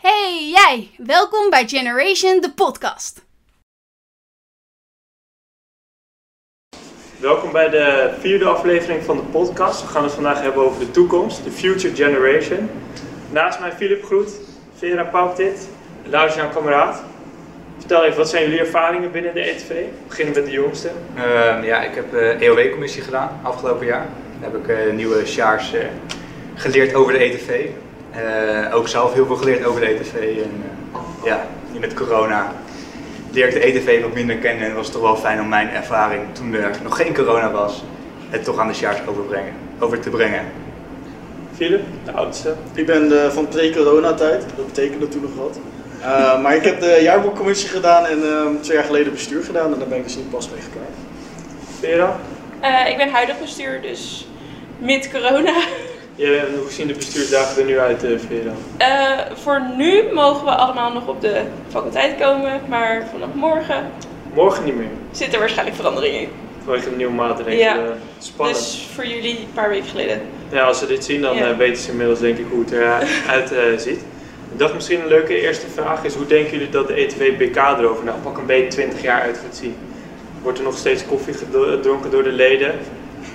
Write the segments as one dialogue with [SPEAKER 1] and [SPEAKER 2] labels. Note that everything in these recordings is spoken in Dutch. [SPEAKER 1] Hey jij, welkom bij Generation de podcast.
[SPEAKER 2] Welkom bij de vierde aflevering van de podcast. We gaan het vandaag hebben over de toekomst, de future generation. Naast mij Filip Groet, Vera Pauwtit, Laurens-Jan Kameraad. Vertel even, wat zijn jullie ervaringen binnen de ETV? We beginnen met de jongste.
[SPEAKER 3] Ehm, ja, ik heb eh EOW-commissie gedaan afgelopen jaar. Daar heb ik eh, nieuwe sjaars eh, geleerd over de ETV. Eh, ook zelf heel veel geleerd over de ETV. En, eh, ja, nu met corona leer ik de ETV wat minder kennen. En het was toch wel fijn om mijn ervaring toen er nog geen corona was, het toch aan de sjaars overbrengen, over te brengen.
[SPEAKER 2] Filip, de oudste.
[SPEAKER 4] Ik ben eh, van pre-corona-tijd, dat betekende toen nog wat. Eh, maar ik heb de jaarboekcommissie gedaan en ehm, twee jaar geleden bestuur gedaan en daar ben ik dus nu pas mee geklaard.
[SPEAKER 2] Vera,
[SPEAKER 5] Eh, ik ben huidig bestuur, dus mid-corona.
[SPEAKER 2] je, hoe zien de bestuursdagen er nu uit, eh, Vera?
[SPEAKER 5] Eh, voor nu mogen we allemaal nog op de faculteit komen, maar vanaf morgen
[SPEAKER 2] Morgen niet meer,
[SPEAKER 5] zit er waarschijnlijk verandering in.
[SPEAKER 2] vanwege de nieuwe maatregelen.
[SPEAKER 5] Ja.
[SPEAKER 2] Spannend.
[SPEAKER 5] Dus voor jullie een paar weken geleden.
[SPEAKER 2] Ja, als ze dit zien, dan
[SPEAKER 5] Ja.
[SPEAKER 2] eh, weten ze inmiddels denk ik hoe het eruit eh ziet. Ik dacht misschien een leuke eerste vraag is, hoe denken jullie dat de E ETV BK erover nou pak een beetje 20 jaar uit gaat zien? Wordt er nog steeds koffie gedo- gedronken door de leden?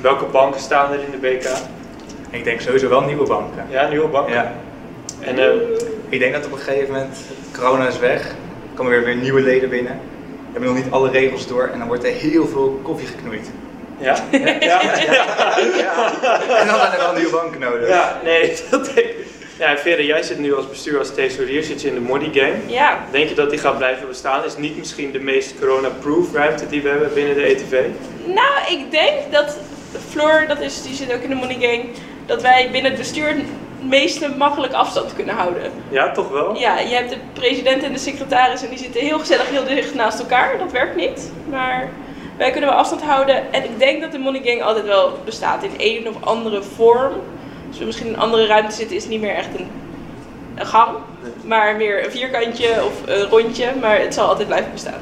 [SPEAKER 2] Welke banken staan er in de BK?
[SPEAKER 3] Ik denk sowieso wel nieuwe banken.
[SPEAKER 2] Ja, nieuwe banken.
[SPEAKER 3] Ja.
[SPEAKER 2] En eh,
[SPEAKER 3] Ik denk dat op een gegeven moment corona is weg, komen weer weer nieuwe leden binnen. We hebben nog niet alle regels door en dan wordt er heel veel koffie geknoeid.
[SPEAKER 2] ja? Ja, ja,
[SPEAKER 3] En dan zijn er wel nieuwe banken nodig.
[SPEAKER 2] nee, dat denk ik. Ja, Vera, jij zit nu als bestuur als thesaurier, zit je in de Moddy Game.
[SPEAKER 5] Ja,
[SPEAKER 2] Denk je dat die gaat blijven bestaan? Is niet misschien de meest corona-proof ruimte die we hebben binnen de E ETV?
[SPEAKER 5] nou ik denk dat Floor, dat is, die zit ook in de Money Gang, dat wij binnen het bestuur het meeste makkelijk afstand kunnen houden.
[SPEAKER 2] Ja, toch wel?
[SPEAKER 5] Ja, je hebt de president en de secretaris en die zitten heel gezellig heel dicht naast elkaar. Dat werkt niet, maar wij kunnen wel afstand houden. En ik denk dat de Money Gang altijd wel bestaat in een of andere vorm. Als we misschien in een andere ruimte zitten is het niet meer echt een, een gang, maar meer een vierkantje of een rondje. Maar het zal altijd blijven bestaan.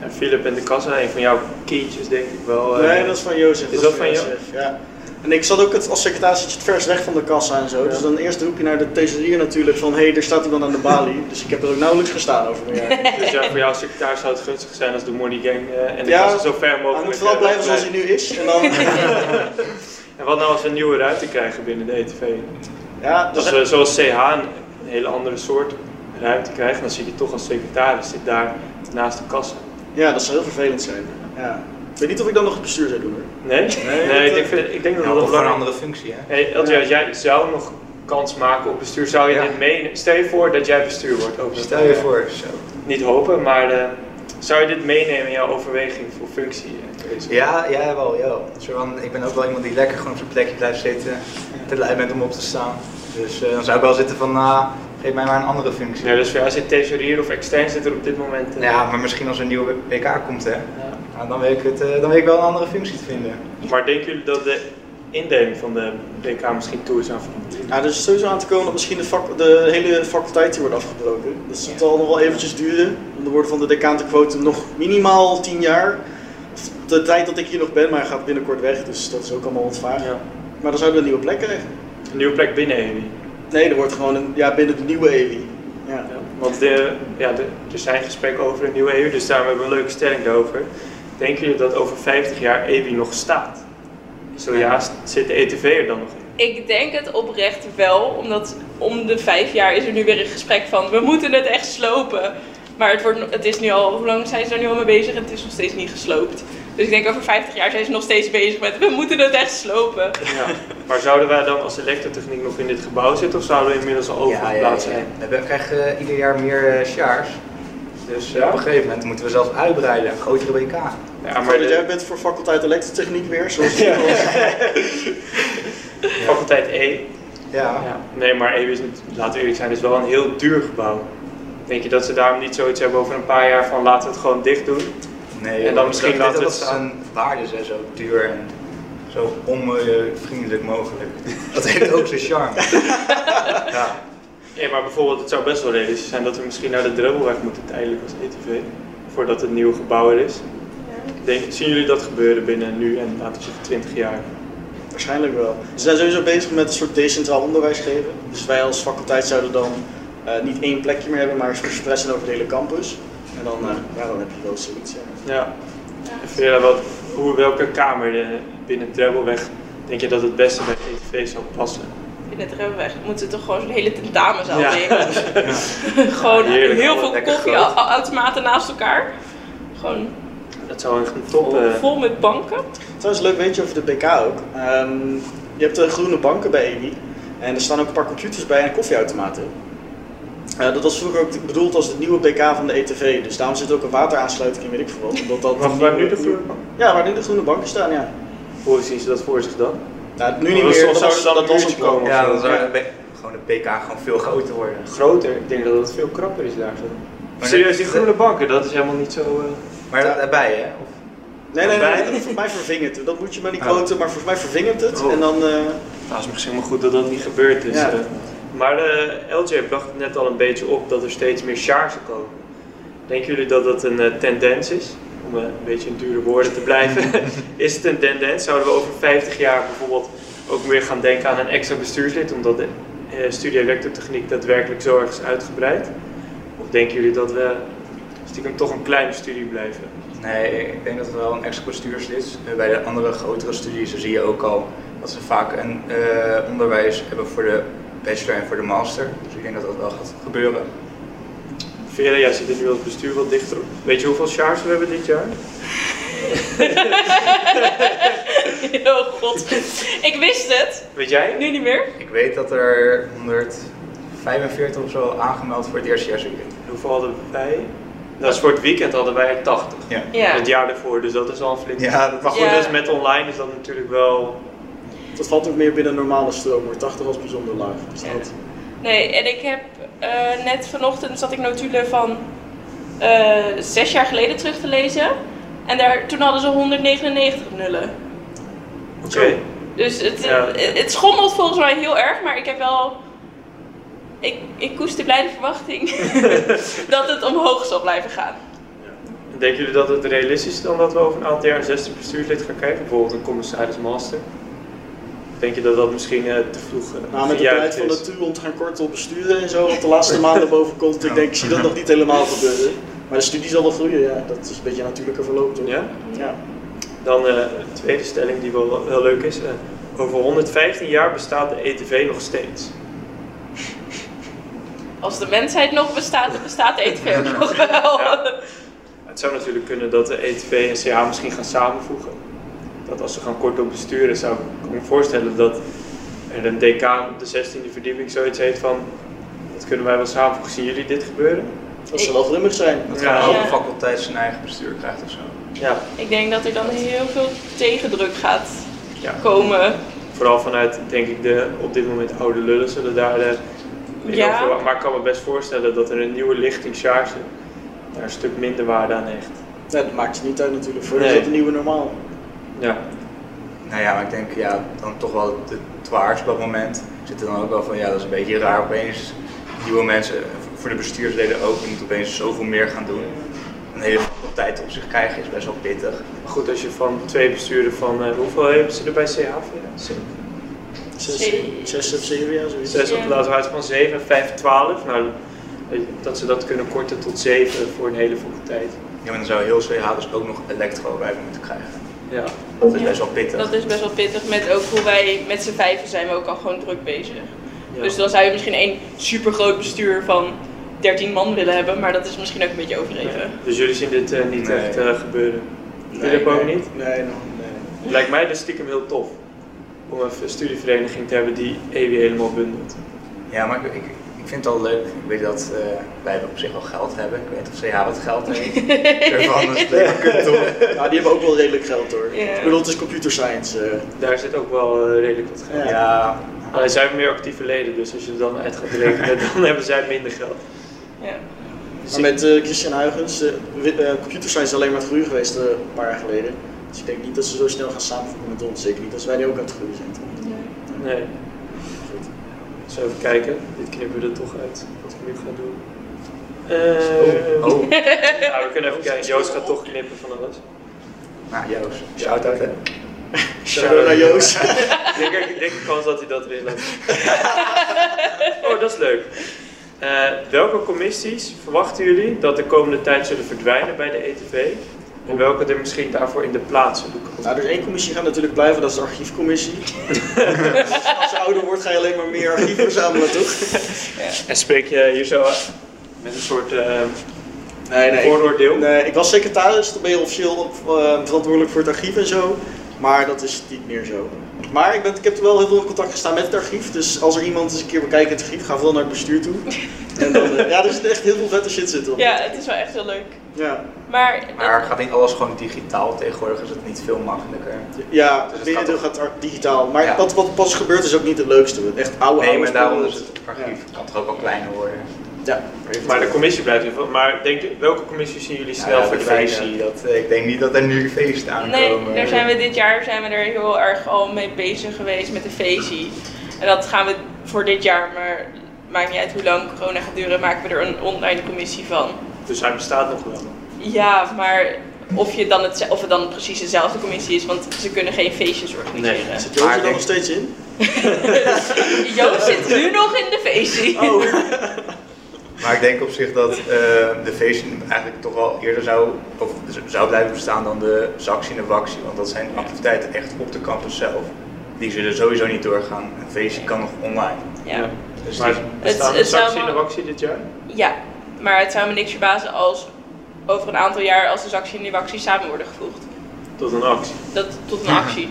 [SPEAKER 2] En Philip en de kassa, een van jouw kindjes denk ik wel. eh.
[SPEAKER 4] Nee, dat is van Jozef.
[SPEAKER 2] Is dat van
[SPEAKER 4] Jozef? Ja. En ik zat ook het, als secretaris zit je het vers weg van de kassa en zo. Dus dan eerst roep je naar de thesaurier natuurlijk van hé, hey, daar staat iemand aan de balie. dus ik heb er ook nauwelijks gestaan over mijn jaar.
[SPEAKER 2] Dus ja, voor jou als secretaris zou het gunstig zijn als de Money Gang eh, en de
[SPEAKER 4] Ja,
[SPEAKER 2] kassa zo ver mogelijk...
[SPEAKER 4] Hij moet vooral
[SPEAKER 2] eh,
[SPEAKER 4] blijven zoals hij nu is. En dan,
[SPEAKER 2] En wat nou als we een nieuwe ruimte krijgen binnen de E ETV?
[SPEAKER 4] ja,
[SPEAKER 2] Als
[SPEAKER 4] dus,
[SPEAKER 2] we eh, zoals CH een, een hele andere soort ruimte krijgen, dan zit je toch als secretaris zit daar naast de kassa.
[SPEAKER 4] ja, dat zou heel vervelend zijn. Ja. Ik weet niet of ik dan nog het bestuur zou doen. hoor.
[SPEAKER 2] Nee? Nee,
[SPEAKER 4] dat,
[SPEAKER 2] ik,
[SPEAKER 4] eh,
[SPEAKER 2] denk, vind- ik denk dat dat
[SPEAKER 3] Ja, of
[SPEAKER 2] wel
[SPEAKER 3] voor een
[SPEAKER 2] belangrijk
[SPEAKER 3] andere functie, hè?
[SPEAKER 2] Hey, LJ, als jij zou nog kans maken op bestuur, zou je
[SPEAKER 3] Ja.
[SPEAKER 2] dit meenemen? Stel je voor dat jij bestuur wordt. Over
[SPEAKER 3] Stel je voor, zo.
[SPEAKER 2] Niet hopen, maar eh, zou je dit meenemen in jouw overweging voor functie? eh, deze?
[SPEAKER 3] Ja, ja, wel, ja. Zo van, ik ben ook wel iemand die lekker gewoon op zijn plekje blijft zitten. Te lui bent om op te staan. Dus eh, dan zou ik wel zitten van, nou, geef mij maar een andere functie.
[SPEAKER 2] Ja, dus voor jou zit thesaurier of extern zit er op dit moment. eh,
[SPEAKER 3] Ja, maar misschien als er een nieuwe WK komt, hè.
[SPEAKER 2] ja.
[SPEAKER 3] Nou, dan, weet ik het, eh, dan weet ik wel een andere functie te vinden.
[SPEAKER 2] Maar denken jullie dat de indeling van de BK misschien toe is aan veranderd?
[SPEAKER 4] Nou, er is sowieso aan te komen dat misschien de, fac- de hele faculteit hier wordt afgebroken. Dat zal nog wel eventjes duren. Om de woorden van de decaan te quoten, nog minimaal 10 jaar. De tijd dat ik hier nog ben, maar hij gaat binnenkort weg, dus dat is ook allemaal wat vaag.
[SPEAKER 2] Ja.
[SPEAKER 4] Maar dan zouden we een nieuwe plek krijgen.
[SPEAKER 2] Een nieuwe plek binnen E EWI.
[SPEAKER 4] Nee, er wordt gewoon een, ja, binnen de nieuwe E EWI. Ja.
[SPEAKER 2] Want de, ja, de, er zijn gesprekken over een nieuwe EU, dus daarom hebben we een leuke stelling daarover. Denken jullie dat over 50 jaar EWI nog staat? Zo ja, st- zit de ETV er dan nog in?
[SPEAKER 5] Ik denk het oprecht wel, omdat om de vijf jaar is er nu weer een gesprek van we moeten het echt slopen. Maar het, wordt, het is nu al, hoe lang zijn ze er nu al mee bezig en het is nog steeds niet gesloopt. Dus ik denk over 50 jaar zijn ze nog steeds bezig met we moeten het echt slopen.
[SPEAKER 2] Ja. Maar zouden wij dan als elektrotechniek nog in dit gebouw zitten of zouden we inmiddels al overgeplaatst zijn?
[SPEAKER 3] We hebben- we krijgen eh, ieder jaar meer eh, sjaars. Dus eh,
[SPEAKER 2] Ja?
[SPEAKER 3] op een gegeven moment moeten we zelfs uitbreiden. Een grotere WK.
[SPEAKER 2] Ja,
[SPEAKER 4] Maar
[SPEAKER 2] maar de
[SPEAKER 4] jij bent voor faculteit elektrotechniek weer, zoals
[SPEAKER 2] faculteit E.
[SPEAKER 3] Ja.
[SPEAKER 2] Ja. Nee, maar EWI is, niet- laten we eerlijk zijn, is wel een heel duur gebouw. Denk je dat ze daarom niet zoiets hebben over een paar jaar van laten we het gewoon dicht doen?
[SPEAKER 3] Nee,
[SPEAKER 2] En dan
[SPEAKER 3] joh,
[SPEAKER 2] misschien
[SPEAKER 3] ik denk
[SPEAKER 2] laten we
[SPEAKER 3] dat
[SPEAKER 2] het
[SPEAKER 3] dat
[SPEAKER 2] staan.
[SPEAKER 3] zijn waarde zijn zo duur en zo onvriendelijk mogelijk. Dat heeft ook zijn charme. ja.
[SPEAKER 2] Nee, maar bijvoorbeeld, het zou best wel realistisch zijn dat we misschien naar de Drubbelweg moeten tijdelijk als ETV. voordat het nieuwe gebouw er is. Denk, zien jullie dat gebeuren binnen nu en laten we zeggen 20 jaar?
[SPEAKER 4] Waarschijnlijk wel. Ze zijn sowieso bezig met een soort decentraal onderwijs geven. Dus wij als faculteit zouden dan eh, niet één plekje meer hebben, maar verspreid zijn over de hele campus. En dan, eh, ja, dan heb je wel zoiets. Ja.
[SPEAKER 2] Ja. En Vera, wat, hoe, welke kamer eh, binnen Trebbelweg denk je dat het beste bij de ETV zou passen?
[SPEAKER 5] In het Remweg moeten we toch gewoon zo'n hele tentamenzaal
[SPEAKER 2] Ja.
[SPEAKER 5] nemen. gewoon
[SPEAKER 2] Heerlijk,
[SPEAKER 5] heel
[SPEAKER 2] gewoon
[SPEAKER 5] veel
[SPEAKER 3] lekker groot.
[SPEAKER 5] koffieautomaten naast elkaar. Gewoon
[SPEAKER 2] Dat zou echt een top... eh,
[SPEAKER 5] vol met banken.
[SPEAKER 4] Trouwens, leuk weet je over de BK ook. Ehm, je hebt de groene banken bij EWI. En er staan ook een paar computers bij en koffieautomaten. Eh, dat was vroeger ook bedoeld als het nieuwe BK van de ETV. Dus daarom zit ook een wateraansluiting in, weet ik veel wat. Omdat dat
[SPEAKER 2] Wacht, waar nu de
[SPEAKER 4] nieuwe-
[SPEAKER 2] vloer?
[SPEAKER 4] Ja, waar nu de groene banken staan, ja.
[SPEAKER 2] Hoe zien ze dat voor zich dan?
[SPEAKER 4] Nou, nu
[SPEAKER 2] Maar
[SPEAKER 4] niet
[SPEAKER 2] Oh, dat
[SPEAKER 4] meer,
[SPEAKER 2] zou-
[SPEAKER 4] dat
[SPEAKER 2] zou
[SPEAKER 4] was,
[SPEAKER 2] er dan
[SPEAKER 4] dat
[SPEAKER 2] een
[SPEAKER 4] was
[SPEAKER 2] muurtje
[SPEAKER 4] een plan.
[SPEAKER 2] komen?
[SPEAKER 3] Ja, dan zou
[SPEAKER 4] Ja.
[SPEAKER 3] de B- gewoon de PK gewoon veel groter worden.
[SPEAKER 2] Groter? Ik denk dat het veel krapper is daar zo.
[SPEAKER 3] Maar
[SPEAKER 2] Serieus,
[SPEAKER 3] dat-
[SPEAKER 2] die groene banken, dat is helemaal niet zo... eh,
[SPEAKER 3] Maar dat daarbij, hè? Of,
[SPEAKER 4] Nee, nee, nee,
[SPEAKER 2] Bij-
[SPEAKER 4] nee, dat- volgens mij vervingend. het. Dat moet je maar niet
[SPEAKER 3] Oh.
[SPEAKER 4] quoten, maar volgens mij vervingend het.
[SPEAKER 2] Oh.
[SPEAKER 4] En dan, eh,
[SPEAKER 2] Nou, is misschien maar goed dat dat niet gebeurd is.
[SPEAKER 4] Ja.
[SPEAKER 2] eh. maar eh LJ bracht het net al een beetje op dat er steeds meer sjaarsen komen. Denken jullie dat dat een eh, tendens is? Om eh, een beetje in dure woorden te blijven. is het een tendens? Zouden we over 50 jaar bijvoorbeeld ook meer gaan denken aan een extra bestuurslid? Omdat de eh, studie elektrotechniek daadwerkelijk zo erg is uitgebreid? Of denken jullie dat we stiekem toch een kleine studie blijven?
[SPEAKER 3] nee, ik denk dat het wel een extra bestuurslid is. Eh, Bij de andere grotere studies zie je ook al dat ze vaak een eh, onderwijs hebben voor de bachelor en voor de master. Dus ik denk dat dat wel gaat gebeuren.
[SPEAKER 2] Vera, jij zit er nu als bestuur wat dichter op. Weet je hoeveel sjaars we hebben dit jaar?
[SPEAKER 5] oh god. Ik wist het.
[SPEAKER 2] Weet jij?
[SPEAKER 5] Nu niet meer.
[SPEAKER 3] Ik weet dat er 145 of zo aangemeld voor het eerste jaar student.
[SPEAKER 2] Hoeveel hadden wij? Dat is voor het weekend hadden wij er 80.
[SPEAKER 3] Ja.
[SPEAKER 5] Ja.
[SPEAKER 2] Het jaar daarvoor, dus dat is al een flink.
[SPEAKER 3] Ja, dat-
[SPEAKER 2] maar goed,
[SPEAKER 5] Ja.
[SPEAKER 2] dus met online is dat natuurlijk wel.
[SPEAKER 4] dat valt ook meer binnen een normale stroom, maar 80 was bijzonder laag. Dus
[SPEAKER 5] Ja.
[SPEAKER 4] dat-
[SPEAKER 5] Nee, en ik heb eh, net vanochtend zat ik notulen van eh, zes jaar geleden terug te lezen. En daar, toen hadden ze 199 nullen.
[SPEAKER 2] Oké.
[SPEAKER 5] Dus het,
[SPEAKER 2] Ja.
[SPEAKER 5] het schommelt volgens mij heel erg, maar ik heb wel. Ik, ik koester blij de verwachting dat het omhoog zal blijven gaan.
[SPEAKER 2] Denken jullie dat het realistisch is dan dat we over een aantal jaar 60 bestuurslid gaan kijken? Bijvoorbeeld een commissaris master? Denk je dat dat misschien eh, te vroeg eh,
[SPEAKER 4] Nou, met de
[SPEAKER 2] gejuicht
[SPEAKER 4] tijd van
[SPEAKER 2] is?
[SPEAKER 4] de Tuond gaan kortel besturen en zo, wat de laatste maanden boven komt, ik denk, ik zie dat nog niet helemaal gebeuren. Maar de studie zal wel groeien, ja. Dat is een beetje een natuurlijke verloop, toch?
[SPEAKER 2] Ja?
[SPEAKER 4] Ja.
[SPEAKER 2] Dan eh, een tweede stelling die wel, wel leuk is. eh, over 115 jaar bestaat de ETV nog steeds.
[SPEAKER 5] Als de mensheid nog bestaat, dan bestaat de ETV ook nog wel.
[SPEAKER 2] Ja. Het zou natuurlijk kunnen dat de ETV en CA misschien gaan samenvoegen. Dat als ze gaan kortom besturen, zou ik me voorstellen dat er een decaan op de 16e verdieping zoiets heeft van. Dat kunnen wij wel samenvoegen. Zien jullie dit gebeuren?
[SPEAKER 4] Dat zal wel grimmig zijn.
[SPEAKER 3] Dat
[SPEAKER 2] Ja.
[SPEAKER 3] ja. elke
[SPEAKER 5] Ja.
[SPEAKER 3] faculteit zijn eigen bestuur krijgt of zo.
[SPEAKER 2] Ja.
[SPEAKER 5] Ik denk dat er dan heel veel tegendruk gaat
[SPEAKER 2] ja.
[SPEAKER 5] komen.
[SPEAKER 2] Vooral vanuit, denk ik, de op dit moment oude lullen zullen daar. eh, meer
[SPEAKER 5] Ja.
[SPEAKER 2] over wa- maar ik kan me best voorstellen dat er een nieuwe lichting Sjaarse daar een stuk minder waarde aan hecht.
[SPEAKER 4] Ja, dat maakt het niet uit natuurlijk, voor
[SPEAKER 2] Nee.
[SPEAKER 4] is dat een nieuwe normaal.
[SPEAKER 2] Ja.
[SPEAKER 3] Nou ja, maar ik denk ja, dan toch wel de twaars op dat moment. Zit er dan ook wel van ja, dat is een beetje raar opeens. Nieuwe mensen, eh, voor de bestuursleden ook, die moeten opeens zoveel meer gaan doen. Een hele faculteit op zich krijgen is best wel pittig.
[SPEAKER 2] Maar goed, als je van twee besturen van. eh, hoeveel hebben ze er bij CH? Zeven?
[SPEAKER 4] Zes,
[SPEAKER 5] Zee-
[SPEAKER 4] zes of zeven jaar, zoiets.
[SPEAKER 2] Zes op
[SPEAKER 5] Ja.
[SPEAKER 2] de laatste huis van 7 en 5 12. Nou, dat ze dat kunnen korten tot 7 voor een hele faculteit.
[SPEAKER 3] Ja, maar dan zou heel CH dus ook nog elektro bij moeten krijgen.
[SPEAKER 2] Ja.
[SPEAKER 3] Dat is
[SPEAKER 5] Ja.
[SPEAKER 3] best wel pittig.
[SPEAKER 5] Dat is best wel pittig met ook hoe wij met z'n vijven zijn we ook al gewoon druk bezig.
[SPEAKER 2] ja.
[SPEAKER 5] Dus dan zou je misschien één supergroot bestuur van 13 man willen hebben, maar dat is misschien ook een beetje overdreven.
[SPEAKER 2] Dus jullie zien dit eh, niet
[SPEAKER 3] Nee.
[SPEAKER 2] echt eh, gebeuren. Jullie ook niet?
[SPEAKER 4] Nee, nog nee.
[SPEAKER 2] Lijkt mij dus stiekem heel tof. Om een studievereniging te hebben die EWI helemaal bundelt.
[SPEAKER 3] Ja, maar ik, ik, ik vind het al leuk. Ik weet dat eh, wij op zich wel geld hebben. Ik weet niet of CH wat geld heeft. Daarvan is het leuk.
[SPEAKER 4] Nou, die hebben ook wel redelijk geld hoor.
[SPEAKER 5] Ja.
[SPEAKER 4] Ik bedoel, het is computer science. eh.
[SPEAKER 2] Daar zit ook wel eh, redelijk wat geld.
[SPEAKER 4] Ja.
[SPEAKER 3] Ja,
[SPEAKER 2] Alleen zij hebben meer actieve leden, dus als je er dan uit gaat rekenen, dan hebben zij minder geld.
[SPEAKER 5] Ja.
[SPEAKER 4] Maar met eh, Christian Huygens, eh, wi- eh, computer science is alleen maar het groeien geweest eh, een paar jaar geleden. Dus ik denk niet dat ze zo snel gaan samenvoegen met ons. Zeker niet als wij nu ook aan het groeien zijn. toch?
[SPEAKER 2] Nee. Goed. Eens even kijken. Dit knippen we er toch uit. Wat ik nu ga doen. Eh,
[SPEAKER 3] Oh,
[SPEAKER 2] nou, we kunnen even kijken. Joost gaat toch knippen van alles.
[SPEAKER 3] nou Joost, shout-out hè.
[SPEAKER 4] Shout-out naar Joost.
[SPEAKER 2] Ik denk, ik denk kans dat hij dat weer laat. oh, dat is leuk. Eh, welke commissies verwachten jullie dat de komende tijd zullen verdwijnen bij de ETV? En welke er misschien daarvoor in de plaats zullen komen?
[SPEAKER 4] Nou, dus één commissie gaat natuurlijk blijven, dat is de archiefcommissie. Als je ouder wordt, ga je alleen maar meer archief verzamelen, toch?
[SPEAKER 2] En spreek je hier zo met een soort eh,
[SPEAKER 4] Nee, nee. Ik,
[SPEAKER 2] vooroordeel?
[SPEAKER 4] nee, eh, ik was secretaris, dan ben je officieel op, eh, verantwoordelijk voor het archief en zo. Maar dat is niet meer zo. Maar ik, ben, ik heb er wel heel veel in contact gestaan met het archief. Dus als er iemand eens een keer wil kijken in het archief, ga vooral naar het bestuur toe. En dan, eh, ja, er zit echt heel veel vette shit zitten op.
[SPEAKER 5] Ja, het is wel echt heel leuk.
[SPEAKER 4] Ja,
[SPEAKER 5] Maar,
[SPEAKER 3] Maar gaat niet alles gewoon digitaal tegenwoordig? Is het niet veel makkelijker?
[SPEAKER 4] ja
[SPEAKER 3] Dus
[SPEAKER 4] het
[SPEAKER 3] het
[SPEAKER 4] merendeel
[SPEAKER 3] gaat
[SPEAKER 4] gaat ar- digitaal. Maar
[SPEAKER 3] Ja.
[SPEAKER 4] dat wat pas gebeurt is ook niet het leukste. Echt oude
[SPEAKER 3] Nee,
[SPEAKER 4] oude
[SPEAKER 3] maar daarom is
[SPEAKER 4] spullen.
[SPEAKER 3] het archief kan toch ook wel kleiner worden.
[SPEAKER 4] Ja.
[SPEAKER 2] Maar de commissie blijft in. Maar denk, je- welke commissies zien jullie snel
[SPEAKER 3] Nou Ja, de
[SPEAKER 2] verdwijnen?
[SPEAKER 3] feestje, dat, eh, ik denk niet dat er nu feesten aankomen.
[SPEAKER 5] nee, daar zijn we dit jaar zijn we er heel erg al mee bezig geweest met de feestie. En dat gaan we voor dit jaar, maar maakt niet uit hoe lang corona gaat duren, maken we er een online commissie van.
[SPEAKER 2] Dus hij bestaat nog wel.
[SPEAKER 5] Ja, maar of, je dan het, of het dan precies dezelfde commissie is, want ze kunnen geen feestjes organiseren.
[SPEAKER 2] Nee.
[SPEAKER 4] Zit Joost
[SPEAKER 3] Maar
[SPEAKER 4] er dan
[SPEAKER 3] ik-
[SPEAKER 4] nog steeds in?
[SPEAKER 5] Joost zit nu nog in de feestie.
[SPEAKER 3] Maar ik denk op zich dat eh, de feesten eigenlijk toch wel eerder zou, of zou blijven bestaan dan de Saxie en de Waxie. Want dat zijn activiteiten echt op de campus zelf. Die zullen sowieso niet doorgaan. Een feestje kan nog online.
[SPEAKER 5] Ja.
[SPEAKER 3] Dus
[SPEAKER 2] Maar
[SPEAKER 3] die-
[SPEAKER 2] bestaan de
[SPEAKER 5] het zou
[SPEAKER 2] sanctie en de
[SPEAKER 5] maar-
[SPEAKER 2] actie dit jaar?
[SPEAKER 5] ja, maar het zou me niks verbazen als over een aantal jaar als de Saxie en de Waxie samen worden gevoegd.
[SPEAKER 2] Tot een actie.
[SPEAKER 5] Dat tot een actie.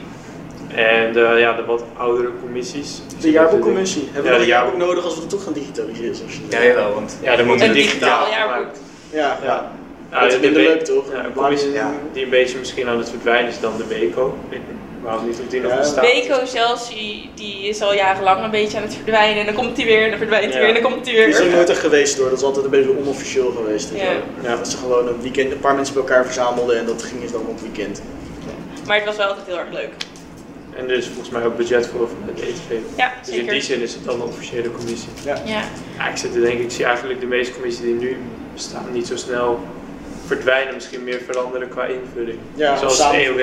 [SPEAKER 2] En eh, ja, de wat oudere commissies.
[SPEAKER 4] De jaarboekcommissie. Hebben
[SPEAKER 2] Ja,
[SPEAKER 4] we nog een
[SPEAKER 2] de
[SPEAKER 4] jaarboek nodig als we het toch gaan digitaliseren? zoals je
[SPEAKER 3] ja,
[SPEAKER 4] zei?
[SPEAKER 3] jawel, want
[SPEAKER 2] Ja, dan moeten
[SPEAKER 5] Een
[SPEAKER 2] we digitaal
[SPEAKER 5] digitaal jaarboek.
[SPEAKER 4] ja. ja.
[SPEAKER 2] Ja.
[SPEAKER 4] Dat is
[SPEAKER 2] de
[SPEAKER 4] minder
[SPEAKER 2] B-
[SPEAKER 4] leuk, toch?
[SPEAKER 2] Ja, een commissie
[SPEAKER 3] Ja.
[SPEAKER 2] die een beetje misschien aan het verdwijnen is dan de WECO. Ik weet niet Waarom niet of die nog
[SPEAKER 4] Ja.
[SPEAKER 2] bestaat?
[SPEAKER 5] Beko zelfs, die, die is al jarenlang een beetje aan het verdwijnen. En dan komt hij weer, en dan verdwijnt hij
[SPEAKER 2] Ja.
[SPEAKER 5] weer, en dan komt hij
[SPEAKER 4] Die is ook
[SPEAKER 5] weer.
[SPEAKER 4] nooit echt geweest hoor, dat is altijd een beetje onofficieel geweest. en zo.
[SPEAKER 5] Ja.
[SPEAKER 2] Ja.
[SPEAKER 4] Dat ze gewoon een weekend, een paar mensen bij elkaar verzamelden en dat ging dus dan op het weekend.
[SPEAKER 5] Maar het was wel altijd heel erg leuk.
[SPEAKER 2] En er is volgens mij ook budget voor van het ETV.
[SPEAKER 5] Ja,
[SPEAKER 2] Dus in die
[SPEAKER 5] zeker.
[SPEAKER 2] zin is het dan een officiële commissie.
[SPEAKER 5] Ja.
[SPEAKER 2] Ja, ik zit te denken, ik zie eigenlijk de meeste commissies die nu bestaan niet zo snel verdwijnen, misschien meer veranderen qua invulling.
[SPEAKER 4] Ja,
[SPEAKER 2] Zoals de
[SPEAKER 4] samen-
[SPEAKER 2] EOW,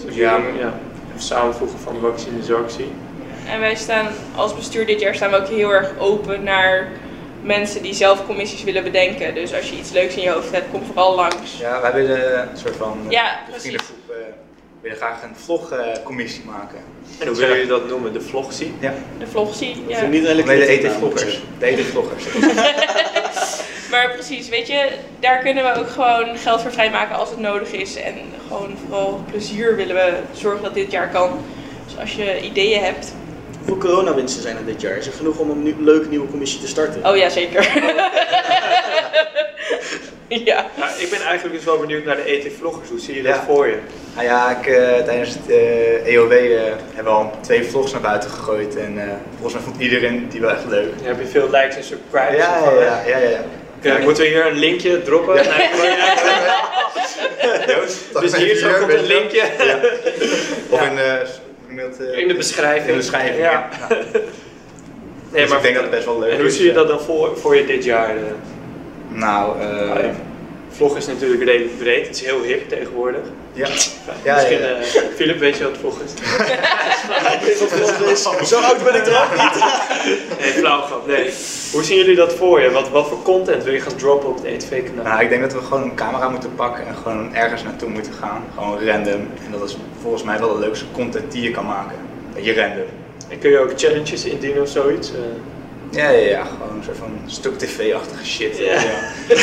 [SPEAKER 2] zoals
[SPEAKER 3] Ja.
[SPEAKER 2] jullie, ja, of samenvoegen van de vaccin en zorgactie.
[SPEAKER 5] En wij staan als bestuur dit jaar staan we ook heel erg open naar mensen die zelf commissies willen bedenken. Dus als je iets leuks in je hoofd hebt, kom vooral langs.
[SPEAKER 3] ja, wij willen een soort van eh,
[SPEAKER 5] Ja,
[SPEAKER 3] de
[SPEAKER 5] precies.
[SPEAKER 3] vriendengroep eh, willen graag een vlogcommissie maken.
[SPEAKER 2] En hoe willen jullie dat noemen? De vlogzie?
[SPEAKER 3] Ja,
[SPEAKER 5] De vlog zien.
[SPEAKER 4] Ik
[SPEAKER 5] Ja.
[SPEAKER 4] vind het niet een hele
[SPEAKER 3] nee, de
[SPEAKER 4] knappe naam, moet
[SPEAKER 3] eten-vloggers.
[SPEAKER 4] ik
[SPEAKER 3] De eten-vloggers.
[SPEAKER 5] Maar precies, weet je, daar kunnen we ook gewoon geld voor vrijmaken als het nodig is. En gewoon vooral plezier willen we zorgen dat dit jaar kan. Dus als je ideeën hebt.
[SPEAKER 4] zeggen. Hoeveel coronawinsten zijn er dit jaar? Is er genoeg om een nieuw- leuke nieuwe commissie te starten?
[SPEAKER 5] Oh ja, zeker. ja.
[SPEAKER 2] Ja, ik ben eigenlijk dus wel benieuwd naar de ET-vloggers. Hoe zie je dat
[SPEAKER 3] Ja.
[SPEAKER 2] voor je?
[SPEAKER 3] Nou ja, ik, eh, tijdens het eh, EOW eh, hebben we al twee vlogs naar buiten gegooid. En eh, volgens mij vond iedereen die wel echt leuk.
[SPEAKER 2] Dan heb je veel likes en
[SPEAKER 3] Ja,
[SPEAKER 2] subscribes?
[SPEAKER 3] ja, ja. ja, ja.
[SPEAKER 2] Kijk, moeten we hier een linkje droppen? Nee,
[SPEAKER 3] Joost,
[SPEAKER 2] dus hier zo komt een linkje
[SPEAKER 3] Of in, eh, in, het, eh,
[SPEAKER 2] in de beschrijving.
[SPEAKER 3] in de beschrijving, ja.
[SPEAKER 2] Ja.
[SPEAKER 3] Ja.
[SPEAKER 2] Nee,
[SPEAKER 3] Dus ik denk dat het best wel leuk
[SPEAKER 2] En hoe
[SPEAKER 3] is,
[SPEAKER 2] zie je
[SPEAKER 3] ja.
[SPEAKER 2] dat dan voor, voor je dit jaar? eh?
[SPEAKER 3] Nou, eh,
[SPEAKER 2] Nou, Vlog is natuurlijk redelijk breed. Het is heel hip tegenwoordig.
[SPEAKER 3] ja.
[SPEAKER 2] Ja,
[SPEAKER 3] Ja,
[SPEAKER 2] Misschien,
[SPEAKER 3] ja, ja.
[SPEAKER 2] eh, Philip, weet je wat vlog is?
[SPEAKER 4] Ik weet wat het is. Zo oud ben ik er ook niet.
[SPEAKER 2] Nee, flauw grap, nee. Hoe zien jullie dat voor je? Wat, wat voor content wil je gaan droppen op het E ETV-kanaal?
[SPEAKER 3] Nou, ik denk dat we gewoon een camera moeten pakken en gewoon ergens naartoe moeten gaan. Gewoon random. En dat is volgens mij wel de leukste content die je kan maken. Beetje random.
[SPEAKER 2] En kun je ook challenges indienen of zoiets? eh?
[SPEAKER 3] Ja, ja, ja. Gewoon een soort van stuk tv-achtige shit.
[SPEAKER 2] Ja. Dus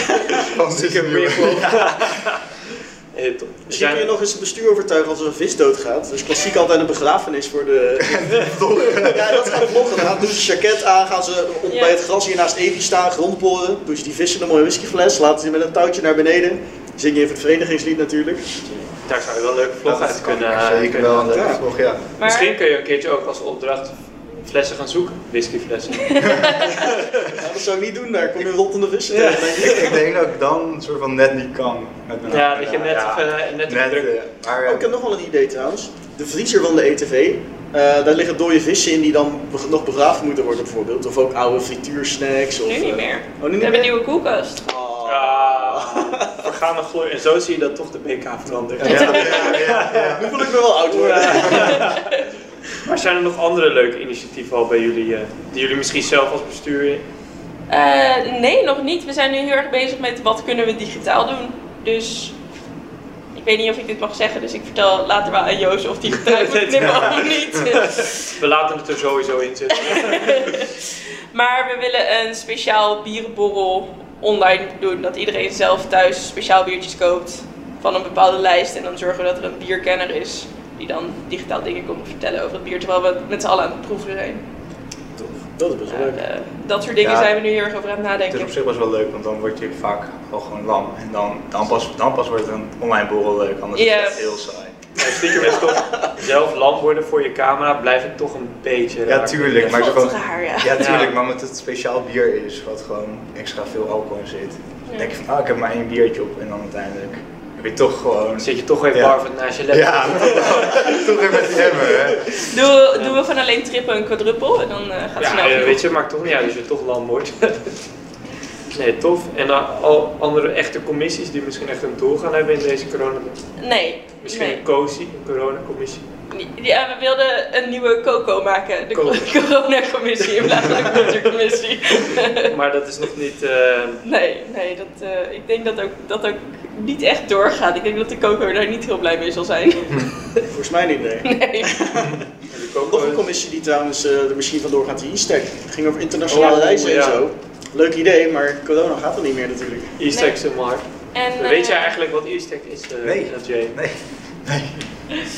[SPEAKER 3] Van zieke winkel.
[SPEAKER 2] Heel tof. Er
[SPEAKER 4] Misschien kun je
[SPEAKER 2] zijn-
[SPEAKER 4] nog eens het bestuur overtuigen als er een vis doodgaat. Dus klassiek altijd een begrafenis voor de... Ja, dat gaan we vloggen. Dan gaan- doen ze een jacket aan, gaan ze op,
[SPEAKER 5] Ja.
[SPEAKER 4] bij het gras hier naast Evi staan, grondboren. Doen ze die vissen in een mooie whiskyfles, laten ze met een touwtje naar beneden. Zing je even het verenigingslied natuurlijk.
[SPEAKER 2] Daar zou je wel een leuke vlog uit kunnen eh,
[SPEAKER 3] Zeker
[SPEAKER 2] kunnen
[SPEAKER 3] wel een
[SPEAKER 2] maken.
[SPEAKER 3] leuke vlog, ja.
[SPEAKER 5] Maar
[SPEAKER 2] Misschien kun je een keertje ook als opdracht flessen gaan zoeken. Whiskyflessen.
[SPEAKER 4] Ja, dat zou ik niet doen, daar kom je rottende vissen
[SPEAKER 2] Ja.
[SPEAKER 4] tegen. denk ik.
[SPEAKER 3] Ik, ik denk dat ik dan een soort van net niet kan. Met mijn
[SPEAKER 2] ja,
[SPEAKER 3] handen.
[SPEAKER 2] dat je net,
[SPEAKER 3] Ja.
[SPEAKER 2] even net,
[SPEAKER 3] Net,
[SPEAKER 2] druk...
[SPEAKER 3] eh, maar, eh,
[SPEAKER 4] Oh, ik heb nog wel een idee trouwens. De vriezer van de ETV, Eh, daar liggen dode vissen in die dan be- nog begraven moeten worden bijvoorbeeld. Of ook oude frituursnacks. Of,
[SPEAKER 5] Nu
[SPEAKER 4] eh,
[SPEAKER 5] niet meer.
[SPEAKER 4] Oh, nu
[SPEAKER 5] We
[SPEAKER 4] niet
[SPEAKER 5] hebben een
[SPEAKER 4] meer?
[SPEAKER 5] nieuwe koelkast.
[SPEAKER 4] Ah.
[SPEAKER 2] Ah, vergane gloei. En zo zie je dat toch de BK verandert.
[SPEAKER 3] eh, Ja, ja, ja, ja.
[SPEAKER 4] Nu voel ik me wel oud worden.
[SPEAKER 2] Maar zijn er nog andere leuke initiatieven al bij jullie, eh, die jullie misschien zelf als bestuur...
[SPEAKER 5] Eh, nee, nog niet. We zijn nu heel erg bezig met wat kunnen we digitaal doen. Dus ik weet niet of ik dit mag zeggen, dus ik vertel later wel aan Joost of die gebruikt wordt knippen of niet.
[SPEAKER 2] We laten het er sowieso in zitten.
[SPEAKER 5] maar we willen een speciaal bierenborrel online doen. Dat iedereen zelf thuis speciaal biertjes koopt van een bepaalde lijst. En dan zorgen we dat er een bierkenner is die dan digitaal dingen komt vertellen over het bier. Terwijl we met z'n allen aan het proeven zijn.
[SPEAKER 4] Dat is best wel leuk.
[SPEAKER 5] Ja, eh, dat soort dingen
[SPEAKER 3] Ja.
[SPEAKER 5] zijn we nu heel erg over aan het
[SPEAKER 3] Het is Dus op
[SPEAKER 5] nadenken.
[SPEAKER 3] zich best wel leuk, want dan word je vaak al gewoon lam. En dan, dan, pas, dan pas wordt een online borrel leuk, anders
[SPEAKER 5] Ja.
[SPEAKER 3] is het echt heel saai.
[SPEAKER 2] Maar stiekem is toch zelf lam worden voor je camera, blijf ik toch een beetje
[SPEAKER 3] Ja,
[SPEAKER 2] raar.
[SPEAKER 3] tuurlijk. Maar
[SPEAKER 5] Dat
[SPEAKER 3] het is
[SPEAKER 5] voelt
[SPEAKER 3] gewoon,
[SPEAKER 5] raar,
[SPEAKER 3] ja, tuurlijk, maar omdat het speciaal bier is, wat gewoon extra veel alcohol in zit.
[SPEAKER 5] Ja.
[SPEAKER 3] Dan denk je van, ah, ik heb maar één biertje op en dan uiteindelijk heb je toch gewoon...
[SPEAKER 2] Dan zit je toch weer
[SPEAKER 3] Ja.
[SPEAKER 2] barvend naast je laptop.
[SPEAKER 3] Ja, toch weer met die hebben, hè.
[SPEAKER 5] Doen we, doen we van alleen trippen een quadruppel en dan eh, gaat het
[SPEAKER 2] Ja,
[SPEAKER 5] snel.
[SPEAKER 2] eh,
[SPEAKER 5] genoeg.
[SPEAKER 2] weet je, maakt toch niet uit als je toch lam wordt. nee, tof. En eh, al andere echte commissies die misschien echt een doel gaan hebben in deze corona.
[SPEAKER 5] Nee.
[SPEAKER 2] Misschien
[SPEAKER 5] nee.
[SPEAKER 2] een COSI, een coronacommissie.
[SPEAKER 5] Ja, we wilden een nieuwe coco maken. De
[SPEAKER 2] Coco.
[SPEAKER 5] co- coronacommissie in plaats van de cultuurcommissie.
[SPEAKER 2] Maar dat is nog niet. eh,
[SPEAKER 5] nee, nee, dat, eh, ik denk dat ook, dat ook niet echt doorgaat. Ik denk dat de coco daar niet heel blij mee zal zijn.
[SPEAKER 4] Volgens mij niet, nee.
[SPEAKER 5] nee.
[SPEAKER 2] de
[SPEAKER 4] Nog een
[SPEAKER 2] coco.
[SPEAKER 4] commissie die trouwens eh, er misschien vandoor gaat, die E-Stack. Het ging over internationale
[SPEAKER 2] Oh,
[SPEAKER 4] reizen
[SPEAKER 2] ja.
[SPEAKER 4] en zo. Leuk idee, maar corona gaat er niet meer natuurlijk.
[SPEAKER 2] E-stack is helemaal hard.
[SPEAKER 5] En,
[SPEAKER 2] Weet jij
[SPEAKER 5] eh,
[SPEAKER 2] eigenlijk wat E-stack is, eh,
[SPEAKER 3] Nee.
[SPEAKER 2] Jay?
[SPEAKER 3] Nee.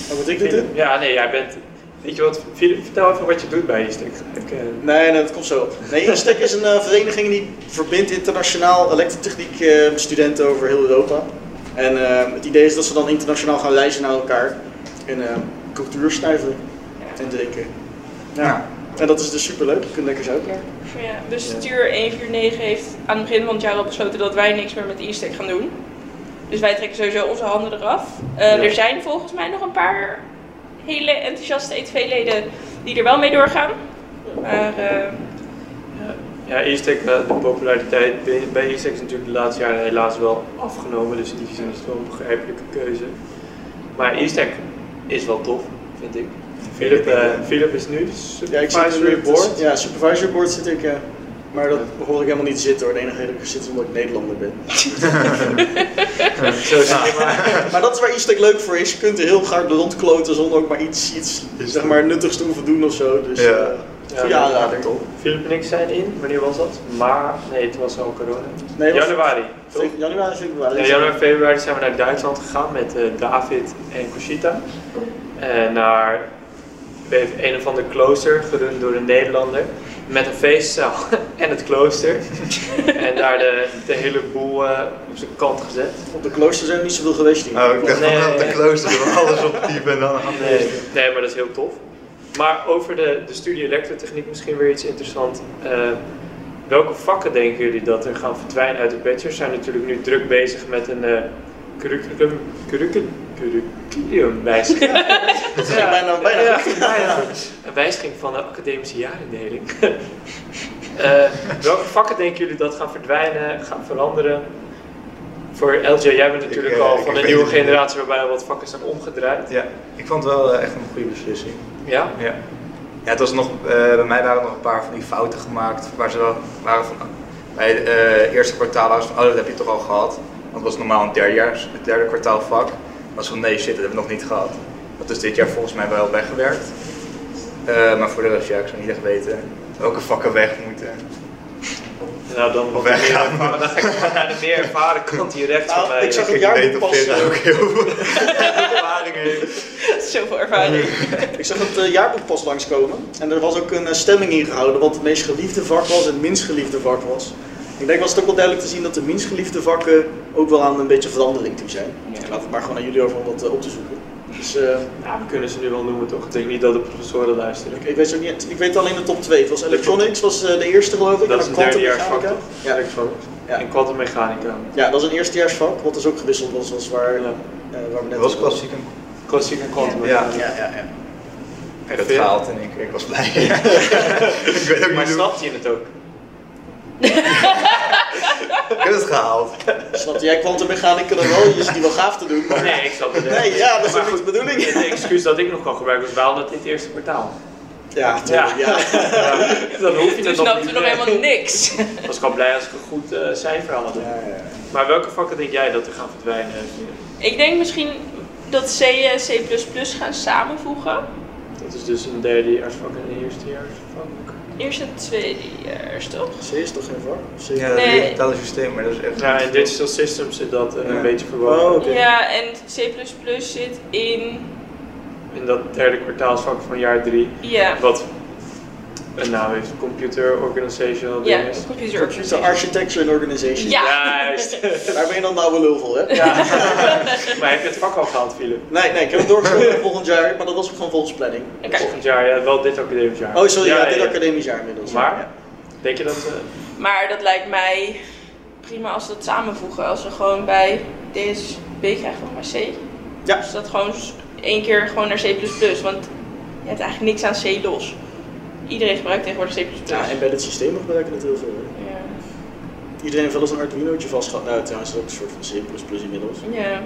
[SPEAKER 4] Wat moet ik dit doen?
[SPEAKER 2] Ja, nee, jij bent. Weet je wat, Filip, vertel even wat je doet bij E-stack. Ik, eh,
[SPEAKER 4] Nee, nee, dat komt zo op. Nee, Instek is een eh, vereniging die verbindt internationaal elektrotechniek eh, studenten over heel Europa. En eh, het idee is dat ze dan internationaal gaan reizen naar elkaar en eh, cultuur snuiven en drinken. Ja.
[SPEAKER 3] Ja.
[SPEAKER 4] En dat is dus superleuk, je kunt lekker zo.
[SPEAKER 5] Ja, bestuur 149 heeft aan het begin van het jaar al besloten dat wij niks meer met e-stack gaan doen. Dus wij trekken sowieso onze handen eraf. Eh, Er zijn volgens mij nog een paar hele enthousiaste ETV-leden die er wel mee doorgaan. Maar eh,
[SPEAKER 2] Ja, E-stack, eh, de populariteit bij- bij E-stack is natuurlijk de laatste jaren helaas wel afgenomen. Dus in die zin is het wel een begrijpelijke keuze. Maar E-stack is wel tof, vind ik. Philip, eh, Philip is nu
[SPEAKER 4] Ja, ik zit in
[SPEAKER 2] supervisory
[SPEAKER 4] het-
[SPEAKER 2] board.
[SPEAKER 4] Ja, supervisory board zit ik. eh, maar dat hoor ik helemaal niet zitten hoor. De enige reden dat ik zit is omdat ik Nederlander ben.
[SPEAKER 2] Zo zeg je maar.
[SPEAKER 4] Maar dat is waar Instek leuk voor is. Je kunt er heel hard rondkloten zonder ook maar iets, iets zeg maar, nuttigs te hoeven doen of zo. Dus
[SPEAKER 3] Ja.
[SPEAKER 4] eh, goede
[SPEAKER 2] Ja,
[SPEAKER 4] aanrader.
[SPEAKER 2] Philip en ik zijn in, wanneer was dat? Maar, nee, het was al corona.
[SPEAKER 4] Nee, was-
[SPEAKER 2] januari, toch?
[SPEAKER 4] Fe- Januari, februari.
[SPEAKER 2] Ja, januari, februari zijn we naar Duitsland gegaan met eh, David en Conchita. En naar een of ander klooster, gerund door een Nederlander. Met een feestzaal en het klooster. en daar de, de hele boel eh, op zijn kant gezet.
[SPEAKER 4] Op de klooster zijn er niet zoveel geweest hier.
[SPEAKER 3] Oh, ik dacht
[SPEAKER 2] Nee.
[SPEAKER 3] van, op de klooster, doen we alles opdiepen en dan
[SPEAKER 2] Nee, nee, maar dat is heel tof. Maar over de, de studie elektrotechniek misschien weer iets interessants. Eh, welke vakken denken jullie dat er gaan verdwijnen uit de bachelor? Zijn natuurlijk nu druk bezig met een eh, curriculum, curriculum, curriculumwijziging.
[SPEAKER 4] Ja, bijna- bijna
[SPEAKER 2] Ja, bijna. Een wijziging van de academische jaarindeling. Eh, welke vakken denken jullie dat gaan verdwijnen, gaan veranderen? Voor LJ, jij bent natuurlijk
[SPEAKER 3] eh,
[SPEAKER 2] al
[SPEAKER 3] ik
[SPEAKER 2] van de
[SPEAKER 3] weet
[SPEAKER 2] nieuwe
[SPEAKER 3] het niet.
[SPEAKER 2] generatie waarbij wat vakken zijn omgedraaid.
[SPEAKER 3] Ja, ik vond het wel eh, echt een goede beslissing.
[SPEAKER 2] Ja?
[SPEAKER 3] Ja. Ja, het was nog, eh, bij mij waren nog een paar van die fouten gemaakt waar ze wel waren van, bij het eh, eerste kwartaal was van, oh dat heb je toch al gehad. Want het was normaal een derdejaars, het derde kwartaal vak. Was van nee shit, dat hebben we nog niet gehad. Dat is dit jaar volgens mij wel weggewerkt. Eh, maar voor de rest, ja, ik zou niet echt weten welke vakken weg moeten.
[SPEAKER 2] Nou, dan wat
[SPEAKER 3] Weg
[SPEAKER 2] meer
[SPEAKER 3] gaan.
[SPEAKER 2] ervaren- dan ga ik gewoon naar de meer ervaren kant hier rechts
[SPEAKER 4] Nou,
[SPEAKER 2] van mij. dus
[SPEAKER 4] ik zag-
[SPEAKER 3] Ik
[SPEAKER 4] jaarboek
[SPEAKER 3] weet of
[SPEAKER 4] passen.
[SPEAKER 3] dit ook heel veel ervaring heeft.
[SPEAKER 5] zoveel ervaring.
[SPEAKER 4] Ik zag het eh, jaarboek pas langskomen. En er was ook een eh, stemming ingehouden wat het meest geliefde vak was en het minst geliefde vak was. Ik denk was het ook wel duidelijk te zien dat de minst geliefde vakken ook wel aan een beetje verandering toe zijn.
[SPEAKER 5] Ja.
[SPEAKER 4] Laat het maar gewoon aan jullie over om dat eh, op te zoeken. Dus eh,
[SPEAKER 2] Ja, we kunnen ze nu wel noemen, toch? Ik denk niet dat de professoren luisteren.
[SPEAKER 4] ik, ik weet, ook niet, ik weet alleen de top 2. Het was Electronics, was eh, de eerste geloof ik.
[SPEAKER 2] Dat is
[SPEAKER 4] en
[SPEAKER 2] een
[SPEAKER 4] dan quantum
[SPEAKER 2] derdejaarsvak,
[SPEAKER 4] mechanica.
[SPEAKER 2] toch?
[SPEAKER 4] Ja.
[SPEAKER 2] Electronics.
[SPEAKER 4] Ja.
[SPEAKER 2] En kwantummechanica.
[SPEAKER 4] Ja, dat is een eerstejaarsvak, wat dus ook gewisseld was, was waar, eh,
[SPEAKER 2] Ja.
[SPEAKER 4] waar we net
[SPEAKER 3] Dat was
[SPEAKER 4] over hadden.
[SPEAKER 3] klassiek een
[SPEAKER 2] Klassiek en
[SPEAKER 3] Ja.
[SPEAKER 2] kwantummechanica.
[SPEAKER 4] Ja, ja, ja.
[SPEAKER 3] heb het
[SPEAKER 2] veel?
[SPEAKER 3] gehaald en ik, ik was blij. ik weet ook
[SPEAKER 2] Maar
[SPEAKER 3] niet hoe.
[SPEAKER 2] snapt je het ook?
[SPEAKER 3] Ik heb het gehaald.
[SPEAKER 4] Snap je? Dus jij kwantummechanica dan wel? Je is die wel gaaf te doen. Maar...
[SPEAKER 2] Nee, ik snap het
[SPEAKER 4] Nee, ja, dat is
[SPEAKER 2] Maar
[SPEAKER 4] ook niet de
[SPEAKER 2] goed,
[SPEAKER 4] bedoeling.
[SPEAKER 2] Het excuus dat ik nog kan gebruiken was wel dat dit eerste kwartaal.
[SPEAKER 4] Ja, tuurlijk, ja.
[SPEAKER 2] Ja, dan hoef je het
[SPEAKER 5] Toen
[SPEAKER 2] nog
[SPEAKER 5] snapten
[SPEAKER 2] niet.
[SPEAKER 5] we nog helemaal niks.
[SPEAKER 2] Was ik al blij als ik een goed eh, cijfer had. Maar welke vakken denk jij dat er gaan verdwijnen?
[SPEAKER 5] Ik denk misschien dat C en C++ gaan samenvoegen.
[SPEAKER 2] Dat is dus een derdejaarsvak en een eerstejaarsvak.
[SPEAKER 5] Eerst en tweedejaars, toch?
[SPEAKER 4] C is toch geen vak? C
[SPEAKER 3] Ja, dat
[SPEAKER 5] Nee.
[SPEAKER 3] digitale systeem, maar dat is echt.
[SPEAKER 2] Ja, in Digital Systems zit dat eh,
[SPEAKER 3] Ja.
[SPEAKER 2] een beetje verwoven.
[SPEAKER 4] Oh, oké.
[SPEAKER 5] Ja, en C++ zit in...
[SPEAKER 2] In dat derde kwartaalsvak van jaar 3.
[SPEAKER 5] Ja,
[SPEAKER 2] Wat een naam heeft, Computer
[SPEAKER 4] Oh,
[SPEAKER 2] Organizational
[SPEAKER 5] ja
[SPEAKER 2] Business.
[SPEAKER 5] computer
[SPEAKER 4] Computer Architecture and Organization.
[SPEAKER 5] Ja.
[SPEAKER 2] Juist.
[SPEAKER 4] Daar ben je dan nou wel lul voor, hè?
[SPEAKER 2] Ja. maar heb je het vak al gehaald, Philip?
[SPEAKER 4] Nee, nee, ik heb het doorgesproken volgend jaar, maar dat was ook gewoon volgens planning.
[SPEAKER 5] Oké.
[SPEAKER 2] Volgend jaar, ja, wel dit academisch jaar.
[SPEAKER 4] Oh, sorry, ja, dit academisch jaar inmiddels.
[SPEAKER 2] Maar?
[SPEAKER 4] Ja.
[SPEAKER 2] Denk je dat... eh,
[SPEAKER 5] Maar dat lijkt mij prima als we dat samenvoegen. Als we gewoon bij DSB krijgen van maar C.
[SPEAKER 4] Ja.
[SPEAKER 5] Dus dat gewoon s- één keer gewoon naar C++. Want je hebt eigenlijk niks aan C los. Iedereen gebruikt tegenwoordig C++.
[SPEAKER 4] Ja, en bij dit systeem gebruiken het heel veel. hè.
[SPEAKER 5] Ja.
[SPEAKER 4] Iedereen heeft wel eens een Arduino'tje vast gehad. Nou, trouwens, dat is ook een soort van C++ inmiddels.
[SPEAKER 5] Ja.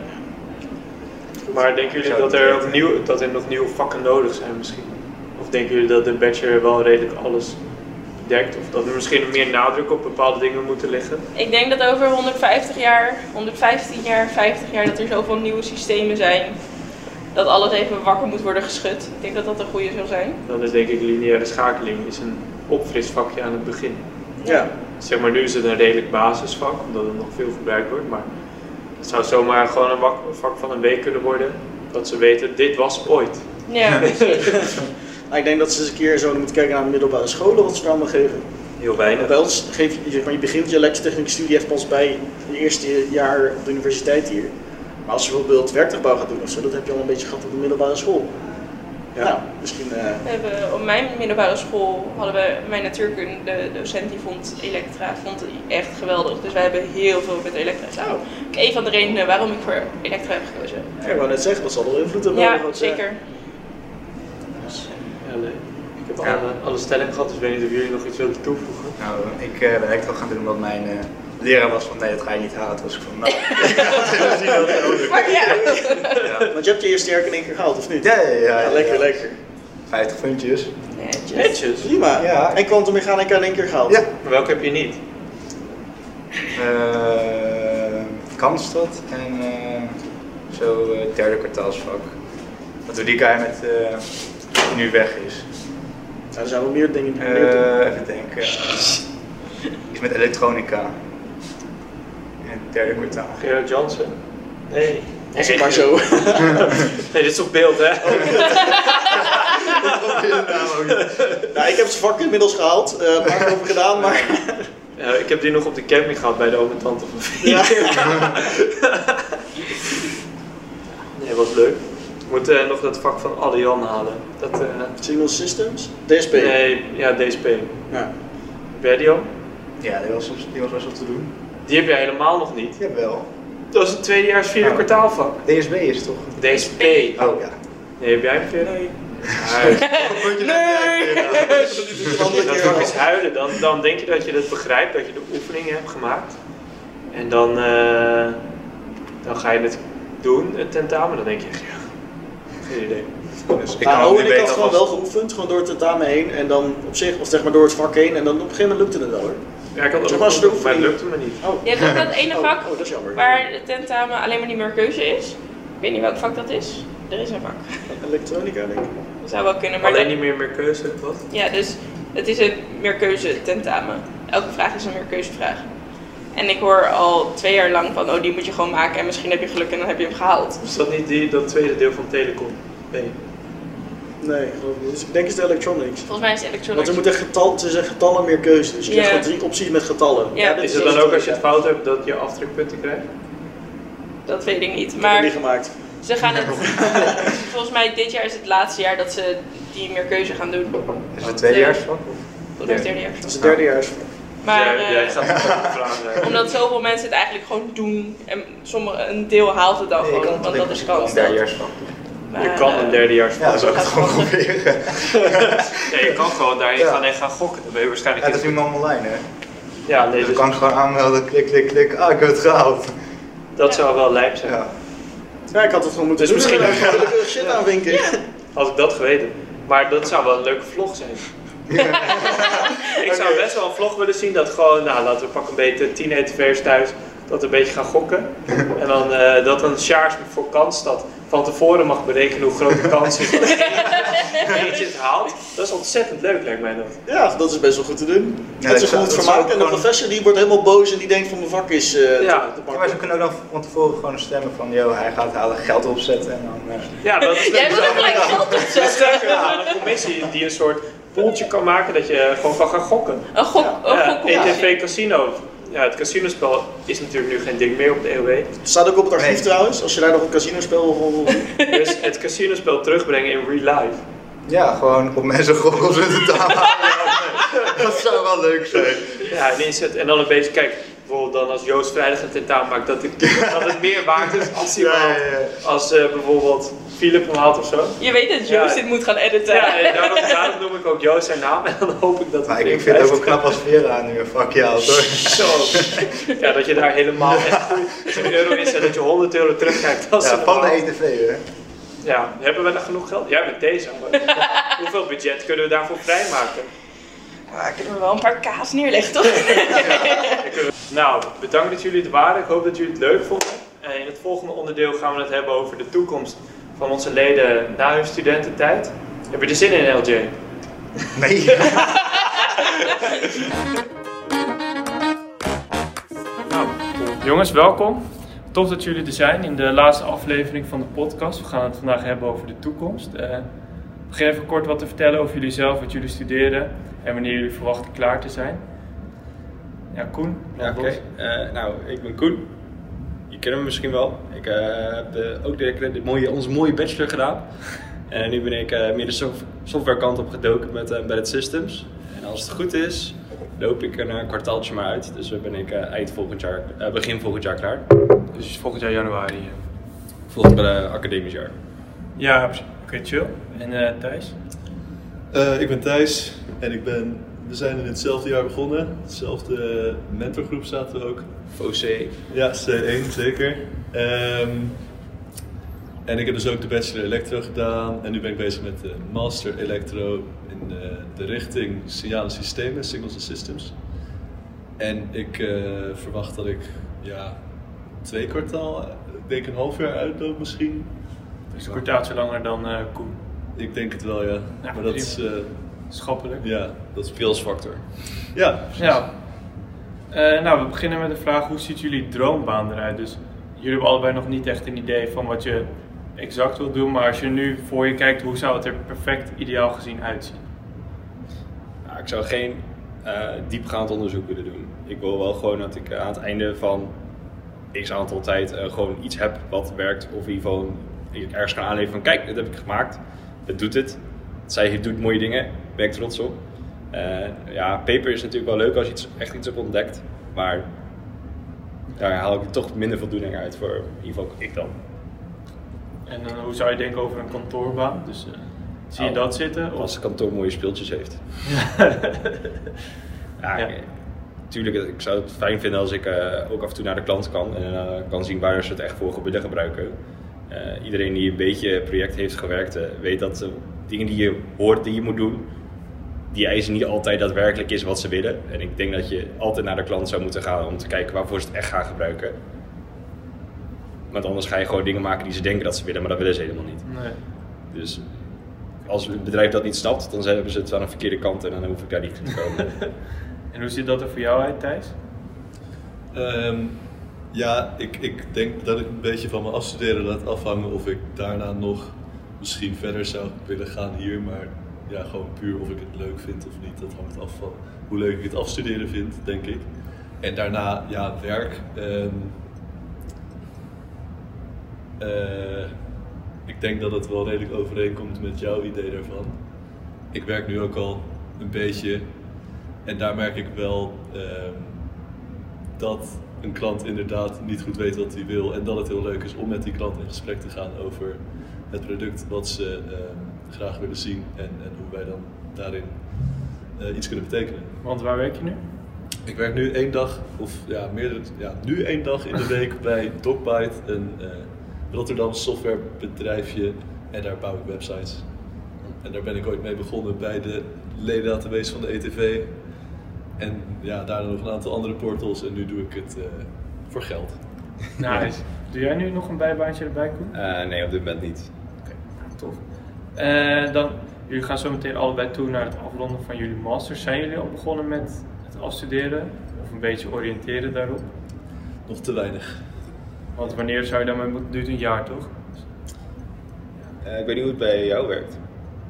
[SPEAKER 2] Maar denken jullie dat er, opnieuw, dat er nog nieuwe vakken nodig zijn misschien? Of denken jullie dat de bachelor wel redelijk alles bedekt? Of dat er misschien meer nadruk op bepaalde dingen moeten liggen?
[SPEAKER 5] Ik denk dat over 150 jaar, 115 jaar, 50 jaar, dat er zoveel nieuwe systemen zijn. Dat alles even wakker moet worden geschud. Ik denk dat dat een goede zou zijn.
[SPEAKER 2] Dan is denk ik lineaire schakeling is een opfrisvakje aan het begin.
[SPEAKER 4] Ja.
[SPEAKER 2] Zeg maar nu is het een redelijk basisvak, omdat het nog veel gebruikt wordt. Maar het zou zomaar gewoon een wak- vak van een week kunnen worden. Dat ze weten, dit was ooit.
[SPEAKER 5] Ja, precies.
[SPEAKER 4] Maar Nou, ik denk dat ze eens een keer zo moeten kijken naar de middelbare scholen, wat ze er allemaal geven.
[SPEAKER 3] Heel
[SPEAKER 4] Bij
[SPEAKER 3] weinig.
[SPEAKER 4] ons geef je, zeg maar, je begint je elektrotechniek studie echt pas bij je eerste jaar op de universiteit hier. Maar als je bijvoorbeeld werktuigbouw gaat doen of zo, dat heb je al een beetje gehad op de middelbare school. Ja. Nou, misschien eh,
[SPEAKER 5] We hebben op mijn middelbare school hadden we mijn natuurkunde docent die vond elektra vond het echt geweldig. Dus wij hebben heel veel met elektra gedaan. Ook Een van de redenen waarom ik voor elektra heb gekozen.
[SPEAKER 4] ik wou net zeggen, dat zal wel invloed hebben.
[SPEAKER 5] Ja,
[SPEAKER 4] op wat, eh,
[SPEAKER 5] zeker.
[SPEAKER 2] Ja, nee. Ik heb
[SPEAKER 3] Ja.
[SPEAKER 2] alle, alle stellingen gehad, dus ik weet niet of jullie nog iets willen toevoegen.
[SPEAKER 3] Nou, ik eh, ben echt wel gaan doen omdat mijn eh, leraar was van nee, dat ga je niet halen. Toen was ik van nou, ik had heel zien dat het nodig
[SPEAKER 5] Maar ja.
[SPEAKER 3] is. Ja.
[SPEAKER 4] Want je hebt je eerste jaar in één keer gehaald, of niet?
[SPEAKER 3] Ja, ja, ja,
[SPEAKER 4] Ja,
[SPEAKER 3] ja.
[SPEAKER 4] lekker, lekker.
[SPEAKER 3] 50 puntjes.
[SPEAKER 5] Netjes.
[SPEAKER 2] Netjes.
[SPEAKER 4] Prima.
[SPEAKER 3] Ja.
[SPEAKER 4] En kwantummechanica in één keer gehaald.
[SPEAKER 3] Ja.
[SPEAKER 2] Maar welke heb je niet?
[SPEAKER 3] Eh, Kansstad en eh, zo eh, derde kwartaalsvak. Dat we die guy met eh, die nu weg is.
[SPEAKER 4] Nou, er zijn wel meer dingen die
[SPEAKER 3] Eh,
[SPEAKER 4] meer doen.
[SPEAKER 3] even denken. Iets met elektronica. En derde kwartaal.
[SPEAKER 2] Gerard Jansen? Nee.
[SPEAKER 4] Als het maar zo.
[SPEAKER 2] Nee, dit is op beeld, hè?
[SPEAKER 4] nou, ik heb het vak inmiddels gehaald, eh maar over gedaan, maar...
[SPEAKER 2] Ja, ik heb die nog op de camping gehad bij de oom en tante van Philip.
[SPEAKER 4] Ja.
[SPEAKER 2] Nee, was leuk. We moeten eh, nog dat vak van Adrian halen. Dat, eh,
[SPEAKER 4] Signal Systems? DSP?
[SPEAKER 2] nee, ja, DSP.
[SPEAKER 4] Ja.
[SPEAKER 2] Heb jij die al?
[SPEAKER 3] Ja, die was, soms- die was best wel te doen.
[SPEAKER 2] Die heb jij helemaal nog niet.
[SPEAKER 3] Jawel.
[SPEAKER 2] Dat is het tweedejaars vierde
[SPEAKER 3] Oh.
[SPEAKER 2] kwartaalvak.
[SPEAKER 3] DSB is het toch?
[SPEAKER 2] DSP.
[SPEAKER 3] Oh ja.
[SPEAKER 2] Nee, heb jij hem keer?
[SPEAKER 4] Nee.
[SPEAKER 2] Nee!
[SPEAKER 4] Een andere
[SPEAKER 2] Dat
[SPEAKER 4] keer wel.
[SPEAKER 2] vak is huilen. Dan, dan denk je dat je dat begrijpt, dat je de oefeningen hebt gemaakt. En dan, eh, dan ga je het doen, het tentamen. Dan denk je echt, ja, geen idee.
[SPEAKER 3] Dus ik kan
[SPEAKER 4] Ah,
[SPEAKER 3] ook
[SPEAKER 4] oh,
[SPEAKER 3] niet
[SPEAKER 4] en ik had
[SPEAKER 3] weten
[SPEAKER 4] gewoon
[SPEAKER 3] of
[SPEAKER 4] wel geoefend, gewoon door het tentamen heen en dan op zich, of zeg maar door het vak heen en dan op een gegeven moment lukte het wel hoor.
[SPEAKER 2] Ja, ik had
[SPEAKER 4] Zeg
[SPEAKER 2] ook
[SPEAKER 4] maar, als je de
[SPEAKER 2] geoefend, maar het
[SPEAKER 4] oefening-
[SPEAKER 2] lukte me niet.
[SPEAKER 4] Oh,
[SPEAKER 5] Je hebt ook dat ene
[SPEAKER 4] oh,
[SPEAKER 5] vak
[SPEAKER 4] oh, dat is jammer.
[SPEAKER 5] waar de tentamen alleen maar niet meer keuze is. Ik weet niet welk vak dat is. Er is een vak.
[SPEAKER 4] Elektronica denk ik.
[SPEAKER 5] Dat zou wel kunnen, maar
[SPEAKER 2] Alleen
[SPEAKER 5] dat-
[SPEAKER 2] niet meer meer keuze, wat?
[SPEAKER 5] Ja, dus het is een meerkeuze tentamen. Elke vraag is een meerkeuzevraag. En ik hoor al twee jaar lang van, oh die moet je gewoon maken en misschien heb je geluk en dan heb je hem gehaald.
[SPEAKER 2] Is dat niet die, dat tweede deel van Telecom? Nee.
[SPEAKER 4] Nee, geloof ik niet. Dus ik denk is de electronics.
[SPEAKER 5] Volgens mij is
[SPEAKER 4] Want er
[SPEAKER 5] elektronisch.
[SPEAKER 4] moet echt getal, het is echt getallen meer keuze. Dus je
[SPEAKER 5] Ja.
[SPEAKER 4] hebt gewoon drie opties met getallen.
[SPEAKER 5] Ja,
[SPEAKER 4] dit
[SPEAKER 2] Is het dan ook als je het fout hebt dat je aftrekpunten krijgt?
[SPEAKER 5] Dat weet ik niet.
[SPEAKER 4] Ik heb het
[SPEAKER 5] Maar
[SPEAKER 4] niet gemaakt.
[SPEAKER 5] ze gaan het... Volgens mij dit jaar is het laatste jaar dat ze die meerkeuze gaan doen.
[SPEAKER 3] Is het een tweedejaarsvak?
[SPEAKER 5] Volgens mij is het derde jaar.
[SPEAKER 4] Dat is het derde jaar.
[SPEAKER 5] Maar
[SPEAKER 2] jij, jij
[SPEAKER 5] eh,
[SPEAKER 2] gaat het vragen.
[SPEAKER 5] omdat zoveel mensen het eigenlijk gewoon doen en sommige, een deel haalt het dan
[SPEAKER 3] Nee, ik
[SPEAKER 5] gewoon,
[SPEAKER 3] kan het
[SPEAKER 5] want
[SPEAKER 3] alleen
[SPEAKER 5] dat is
[SPEAKER 3] maar
[SPEAKER 5] kans.
[SPEAKER 3] Een derdejaarsvak.
[SPEAKER 2] Je
[SPEAKER 5] Maar,
[SPEAKER 2] kan
[SPEAKER 5] eh,
[SPEAKER 2] een derdejaars.
[SPEAKER 3] Ja, dat zou ik het gewoon proberen.
[SPEAKER 2] Ja, je kan gewoon daarin
[SPEAKER 3] Ja.
[SPEAKER 2] gaan en gaan gokken. Dan ben je waarschijnlijk
[SPEAKER 3] Ja, dat is
[SPEAKER 2] heel
[SPEAKER 3] nu allemaal online, hè?
[SPEAKER 2] goed. Ja, nee,
[SPEAKER 3] Dus ik
[SPEAKER 2] dus
[SPEAKER 3] kan gewoon aanmelden, klik, klik, klik. Ah, ik heb het gehaald.
[SPEAKER 2] dat zou wel lijp zijn.
[SPEAKER 3] Ja.
[SPEAKER 4] Ja, ik had het gewoon moeten
[SPEAKER 2] Dus
[SPEAKER 4] doen.
[SPEAKER 2] misschien-
[SPEAKER 4] Gewoon leuke shit aanvinken.
[SPEAKER 2] Had ik dat geweten. Maar dat zou wel een leuke vlog zijn. ik zou best wel een vlog willen zien dat gewoon, nou laten we pak een beetje tien ETV'ers thuis, dat een beetje gaan gokken. En dan eh, dat een Sjaars voor kansstad van tevoren mag berekenen hoe groot de kans is dat eentje het haalt. Dat is ontzettend leuk, lijkt mij dat.
[SPEAKER 4] Ja, dat is best wel goed te doen.
[SPEAKER 3] Ja,
[SPEAKER 4] dat
[SPEAKER 3] ik
[SPEAKER 4] is een
[SPEAKER 3] zou-
[SPEAKER 4] goed
[SPEAKER 3] dat
[SPEAKER 4] vermaak.
[SPEAKER 3] zou ik
[SPEAKER 4] En de
[SPEAKER 3] gewoon-
[SPEAKER 4] professor die wordt helemaal boos en die denkt van mijn vak is eh,
[SPEAKER 2] Ja,
[SPEAKER 4] te, te
[SPEAKER 3] Ja, maar
[SPEAKER 4] pakken.
[SPEAKER 3] ze kunnen ook dan van tevoren gewoon stemmen van, joh, hij gaat halen geld opzetten en dan... eh,
[SPEAKER 2] Ja, dat is
[SPEAKER 5] Jij wil ook gelijk geld opzetten.
[SPEAKER 2] Ja, een commissie die een soort poeltje kan maken dat je gewoon kan gaan gokken.
[SPEAKER 5] Een gok, een
[SPEAKER 2] Ja,
[SPEAKER 5] gok op-
[SPEAKER 2] ETV Casino. Ja, het casinospel is natuurlijk nu geen ding meer op de E EOW.
[SPEAKER 4] Het staat ook op het archief
[SPEAKER 3] Nee.
[SPEAKER 4] trouwens, als je daar nog een casinospel wil wil- wil-
[SPEAKER 2] Dus het casinospel terugbrengen in real life.
[SPEAKER 3] Ja, gewoon op mensen gokkels zitten te halen. Dat zou wel leuk zijn.
[SPEAKER 2] Ja, en inzet. En dan een beetje, kijk, bijvoorbeeld dan als Joost vrijdag een tentamen maakt, dat, ik, dat het meer waard is als hij hem
[SPEAKER 3] Ja, ja,
[SPEAKER 2] haalt.
[SPEAKER 3] ja.
[SPEAKER 2] Als eh, bijvoorbeeld Philip hem haalt of zo.
[SPEAKER 5] Je weet dat Joost
[SPEAKER 2] Ja.
[SPEAKER 5] dit moet gaan editen.
[SPEAKER 2] Ja, en daarom, daarom noem ik ook Joost zijn naam en dan hoop ik dat
[SPEAKER 3] Maar ik,
[SPEAKER 2] erin
[SPEAKER 3] ik vind het ook wel
[SPEAKER 2] blijft.
[SPEAKER 3] knap als Vera nu een vakje haalt hoor.
[SPEAKER 2] Zo. Ja, dat je daar helemaal echt goed een euro in zet, dat je 100 euro terugkrijgt. Dat is
[SPEAKER 3] Ja, van de
[SPEAKER 2] normaal.
[SPEAKER 3] ETV hè.
[SPEAKER 2] Ja, hebben we daar genoeg geld? Jij bent deze. maar Hoeveel budget kunnen we daarvoor vrijmaken?
[SPEAKER 5] Maar ik kunnen er wel een paar kaas neerleggen, toch?
[SPEAKER 2] Nou, bedankt dat jullie het waren. Ik hoop dat jullie het leuk vonden. En in het volgende onderdeel gaan we het hebben over de toekomst van onze leden na hun studententijd. Heb je er zin in, LJ?
[SPEAKER 3] Nee.
[SPEAKER 2] Jongens, welkom. Tof dat jullie er zijn in de laatste aflevering van de podcast. We gaan het vandaag hebben over de toekomst. Eh, begin even kort wat te vertellen over jullie zelf, wat jullie studeren en wanneer jullie verwachten klaar te zijn. Ja, Koen.
[SPEAKER 6] Ja, oké.
[SPEAKER 2] Bos.
[SPEAKER 6] Eh, nou, ik ben Koen. Je kent me misschien wel. Ik eh, heb eh, ook de, de mooie, onze mooie bachelor gedaan. En nu ben ik eh, meer de sof- softwarekant op gedoken met eh, Embedded Systems. En als het goed is, loop ik er na een kwartaaltje maar uit. Dus dan ben ik eh, eind volgend jaar, eh, begin volgend jaar klaar.
[SPEAKER 2] Dus volgend jaar januari. eh.
[SPEAKER 6] Volgend eh, academisch jaar.
[SPEAKER 2] Ja, precies. oké, chill. En eh, Thijs?
[SPEAKER 7] Eh, ik ben Thijs en ik ben, we zijn in hetzelfde jaar begonnen. Hetzelfde eh, mentorgroep zaten we ook.
[SPEAKER 2] E.
[SPEAKER 6] VOC.
[SPEAKER 7] Ja, C1 zeker. Ehm, en ik heb dus ook de Bachelor Electro gedaan. En nu ben ik bezig met de Master Electro in eh, de richting signalen systemen, Signals and Systems. En ik eh, verwacht dat ik ja, twee kwartaal, eh, ik denk een half jaar uitloop misschien.
[SPEAKER 2] Dus een kwartaaltje langer dan eh, Koen.
[SPEAKER 7] Ik denk het wel, ja.
[SPEAKER 2] Ja,
[SPEAKER 7] maar dat is, eh,
[SPEAKER 2] Schappelijk.
[SPEAKER 7] ja, dat is,
[SPEAKER 6] Skills factor.
[SPEAKER 7] ja,
[SPEAKER 2] Ja. Eh, nou, we beginnen met de vraag: hoe ziet jullie droombaan eruit? Dus jullie hebben allebei nog niet echt een idee van wat je exact wilt doen, maar als je nu voor je kijkt, hoe zou het er perfect ideaal gezien uitzien?
[SPEAKER 6] Nou, ik zou geen eh, diepgaand onderzoek willen doen. Ik wil wel gewoon dat ik eh, aan het einde van x aantal tijd eh, gewoon iets heb wat werkt. Of in ieder geval ik ergens kan aanleveren van kijk, dit heb ik gemaakt. Het doet het. Zij doet mooie dingen. Ben ik trots op. Eh, ja, paper is natuurlijk wel leuk als je iets, echt iets hebt ontdekt. Maar daar haal ik toch minder voldoening uit voor in ieder geval ik dan.
[SPEAKER 2] En eh, hoe zou je denken over een kantoorbaan? Dus eh, zie je
[SPEAKER 6] Oh.
[SPEAKER 2] dat zitten? Of-
[SPEAKER 6] Als het kantoor mooie speeltjes heeft. Ja,
[SPEAKER 2] Ja.
[SPEAKER 6] ik- tuurlijk, ik zou het fijn vinden als ik eh, ook af en toe naar de klant kan en eh, kan zien waar ze het echt voor willen gebruiken. Eh, iedereen die een beetje project heeft gewerkt, eh, weet dat eh, dingen die je hoort, die je moet doen, die eisen niet altijd daadwerkelijk is wat ze willen. En ik denk dat je altijd naar de klant zou moeten gaan om te kijken waarvoor ze het echt gaan gebruiken. Want anders ga je gewoon dingen maken die ze denken dat ze willen, maar dat willen ze helemaal niet.
[SPEAKER 2] Nee.
[SPEAKER 6] Dus als het bedrijf dat niet snapt, dan hebben ze het aan de verkeerde kant en dan hoef ik daar niet te komen.
[SPEAKER 2] En hoe ziet dat er voor jou uit, Thijs?
[SPEAKER 7] Ehm, ja, ik, ik denk dat ik een beetje van mijn afstuderen laat afhangen of ik daarna nog misschien verder zou willen gaan hier. Maar ja, gewoon puur of ik het leuk vind of niet, dat hangt af van hoe leuk ik het afstuderen vind, denk ik. En daarna, ja, werk. ehm, eh, ik denk dat het wel redelijk overeenkomt met jouw idee daarvan. Ik werk nu ook al een beetje en daar merk ik wel ehm, dat een klant inderdaad niet goed weet wat hij wil en dat het heel leuk is om met die klant in gesprek te gaan over het product wat ze ehm, graag willen zien en, en hoe wij dan daarin eh, iets kunnen betekenen.
[SPEAKER 2] Want waar werk je nu?
[SPEAKER 7] Ik werk nu één dag, of ja, meerdere, ja, nu één dag in de week bij DocBite, een eh Rotterdam softwarebedrijfje. En daar bouw ik websites. En daar ben ik ooit mee begonnen bij de ledendatabase van de ETV. En ja, daarna nog een aantal andere portals. En nu doe ik het eh, voor geld.
[SPEAKER 2] Nice. Doe jij nu nog een bijbaantje erbij, Koen?
[SPEAKER 6] Eh, nee, op dit moment niet.
[SPEAKER 2] Tof. Eh, dan, jullie gaan zo meteen allebei toe naar het afronden van jullie masters. Zijn jullie al begonnen met het afstuderen? Of een beetje oriënteren daarop?
[SPEAKER 7] Nog te weinig.
[SPEAKER 2] Want wanneer zou je daarmee moeten? Duurt een jaar toch?
[SPEAKER 6] Eh, ik weet niet hoe het bij jou werkt.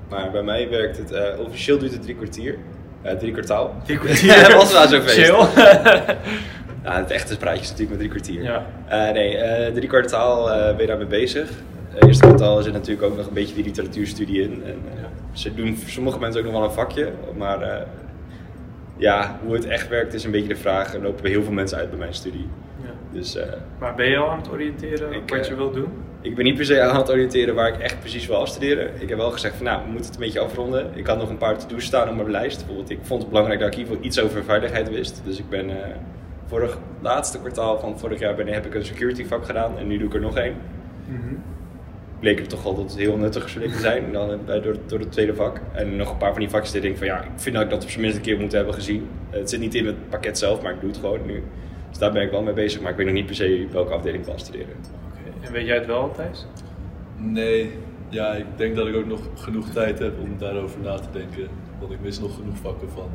[SPEAKER 6] Maar bij mij werkt het, eh, officieel duurt het drie kwartier. Eh, drie kwartaal.
[SPEAKER 2] Drie kwartier.
[SPEAKER 6] Dat was wel zo feest.
[SPEAKER 2] Chill.
[SPEAKER 6] Nou, het echte praatje is natuurlijk met drie kwartier.
[SPEAKER 2] Ja.
[SPEAKER 6] Eh, nee, eh, drie kwartaal eh, ben je daarmee bezig. Eh, eerste kwartaal zit natuurlijk ook nog een beetje die literatuurstudie in. En, eh,
[SPEAKER 2] Ja.
[SPEAKER 6] Ze doen voor sommige mensen ook nog wel een vakje. Maar eh, ja, hoe het echt werkt is een beetje de vraag. Er lopen heel veel mensen uit bij mijn studie.
[SPEAKER 2] Ja.
[SPEAKER 6] Dus eh,
[SPEAKER 2] Maar ben je al aan het oriënteren op
[SPEAKER 6] Ik,
[SPEAKER 2] wat
[SPEAKER 6] eh,
[SPEAKER 2] je wilt doen?
[SPEAKER 6] ik ben niet per se aan het oriënteren waar ik echt precies wil afstuderen. Ik heb wel gezegd van nou, we moeten het een beetje afronden. Ik had nog een paar to-do's staan op mijn lijst. Bijvoorbeeld, ik vond het belangrijk dat ik in ieder geval iets over veiligheid wist. Dus ik ben eh vorig laatste kwartaal van vorig jaar ben, heb ik een security vak gedaan en nu doe ik er nog één. Mhm. Bleek er toch al dat het heel nuttig zou te zijn dan, eh, bij- door, door het tweede vak. En nog een paar van die vakjes die ik denk van ja, ik vind nou dat ik dat op zijn minst een keer moet hebben gezien. Het zit niet in het pakket zelf, maar ik doe het gewoon nu. Dus daar ben ik wel mee bezig, maar ik weet nog niet per se welke afdeling ik wil studeren.
[SPEAKER 2] En weet jij het wel, Thijs?
[SPEAKER 7] Nee, ja, ik denk dat ik ook nog genoeg tijd heb om daarover na te denken. Want ik mis nog genoeg vakken van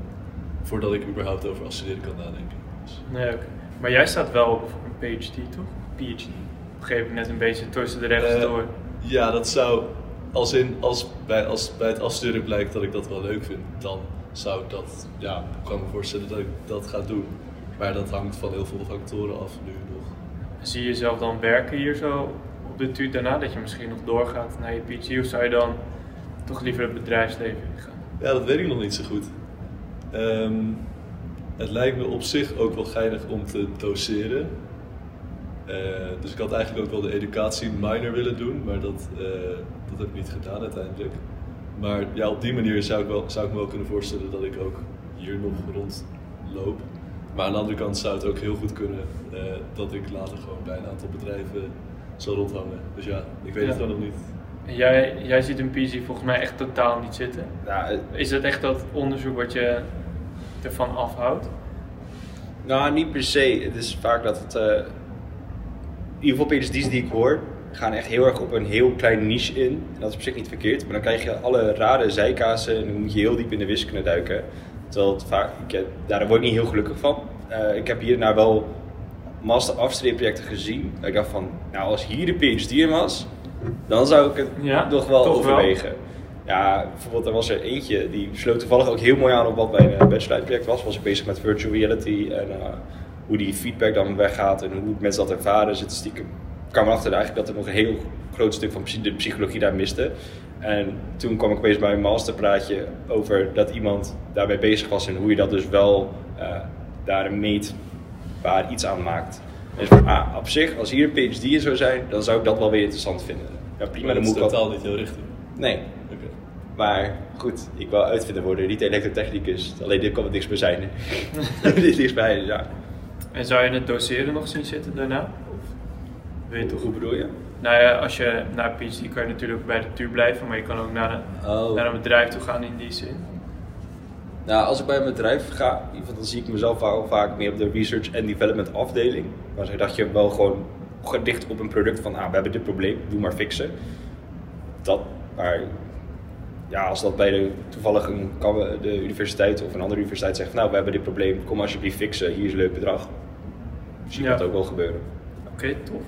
[SPEAKER 7] voordat ik überhaupt over afstuderen kan nadenken. Dus,
[SPEAKER 2] Nee, oké. Maar jij staat wel op een PhD, toch? PhD. Op een gegeven moment net een beetje tussen de rechts
[SPEAKER 7] eh,
[SPEAKER 2] door.
[SPEAKER 7] ja, dat zou, als, in, als, bij, als bij het afstuderen blijkt dat ik dat wel leuk vind, dan zou ik dat, ja, ik kan me voorstellen dat ik dat ga doen. Maar dat hangt van heel veel factoren af nu nog.
[SPEAKER 2] Zie je jezelf dan werken hier zo op de tuut daarna? Dat je misschien nog doorgaat naar je PhD? Of zou je dan toch liever het bedrijfsleven ingaan?
[SPEAKER 7] Ja, dat weet ik nog niet zo goed. Ehm, het lijkt me op zich ook wel geinig om te doseren. Eh, dus ik had eigenlijk ook wel de educatie minor willen doen, maar dat, eh, dat heb ik niet gedaan uiteindelijk. Maar ja, op die manier zou ik, wel, zou ik me wel kunnen voorstellen dat ik ook hier nog rondloop. Maar aan de andere kant zou het ook heel goed kunnen eh, dat ik later gewoon bij een aantal bedrijven zal rondhangen. Dus ja, ik weet
[SPEAKER 2] Ja.
[SPEAKER 7] het gewoon nog niet.
[SPEAKER 2] En jij, jij ziet een PhD volgens mij echt totaal niet zitten.
[SPEAKER 6] Nou, eh,
[SPEAKER 2] Is dat echt dat onderzoek wat je ervan afhoudt?
[SPEAKER 6] nou, niet per se. Het is vaak dat het. eh, in ieder geval PhD's die ik hoor, gaan echt heel erg op een heel klein niche in. En dat is op zich niet verkeerd, maar dan krijg je alle rare zijkazen en dan moet je heel diep in de wiskunde duiken. Terwijl het vaak, ik, heb- daar word ik niet heel gelukkig van. Eh, ik heb hierna wel master afstudeerprojecten gezien. Dat ik dacht van, nou als hier de PhD in was, dan zou ik het
[SPEAKER 2] Ja,
[SPEAKER 6] nog wel
[SPEAKER 2] toch wel.
[SPEAKER 6] overwegen. Ja, bijvoorbeeld er was er eentje die sloot toevallig ook heel mooi aan op wat mijn eh, bachelorproject was. Was ik bezig met virtual reality en eh, hoe die feedback dan weggaat en hoe mensen dat ervaren. Zit stiekem ik kwam erachter eigenlijk dat er nog een heel groot stuk van psy- de psychologie daar miste. En toen kwam ik opeens bij een masterpraatje over dat iemand daarbij bezig was en hoe je dat dus wel eh daar meet waar iets aan maakt. Dus van, ah, op zich, als hier een PhD in zou zijn, dan zou ik dat wel weer interessant vinden. Ja, prima,
[SPEAKER 7] Maar
[SPEAKER 6] dan moet
[SPEAKER 7] dat is
[SPEAKER 6] ik dat...
[SPEAKER 7] totaal niet jouw richting.
[SPEAKER 6] Nee,
[SPEAKER 7] Oké.
[SPEAKER 6] maar goed, ik wil uitvinder worden, niet elektrotechnicus. Alleen dit kan het niks bij zijn. dit is niks bij, ja.
[SPEAKER 2] En zou je het doseren nog zien zitten daarna? Of weet je toch
[SPEAKER 6] Hoe bedoel je?
[SPEAKER 2] Nou ja, als je naar PhD kan je natuurlijk bij de tuur blijven, maar je kan ook naar een,
[SPEAKER 6] Oh.
[SPEAKER 2] naar een bedrijf toe gaan in die zin.
[SPEAKER 6] Nou, als ik bij een bedrijf ga, in ieder geval, dan zie ik mezelf wel vaak meer op de research en development afdeling. Maar zo dat je wel gewoon gedicht op een product van, ah, we hebben dit probleem, doe maar fixen. Dat, maar ja, als dat bij de, toevallig een, kan- de universiteit of een andere universiteit zegt, van, nou, we hebben dit probleem, kom alsjeblieft fixen, hier is een leuk bedrag. Zie ik
[SPEAKER 2] Ja.
[SPEAKER 6] dat ook wel gebeuren.
[SPEAKER 2] Oké, tof.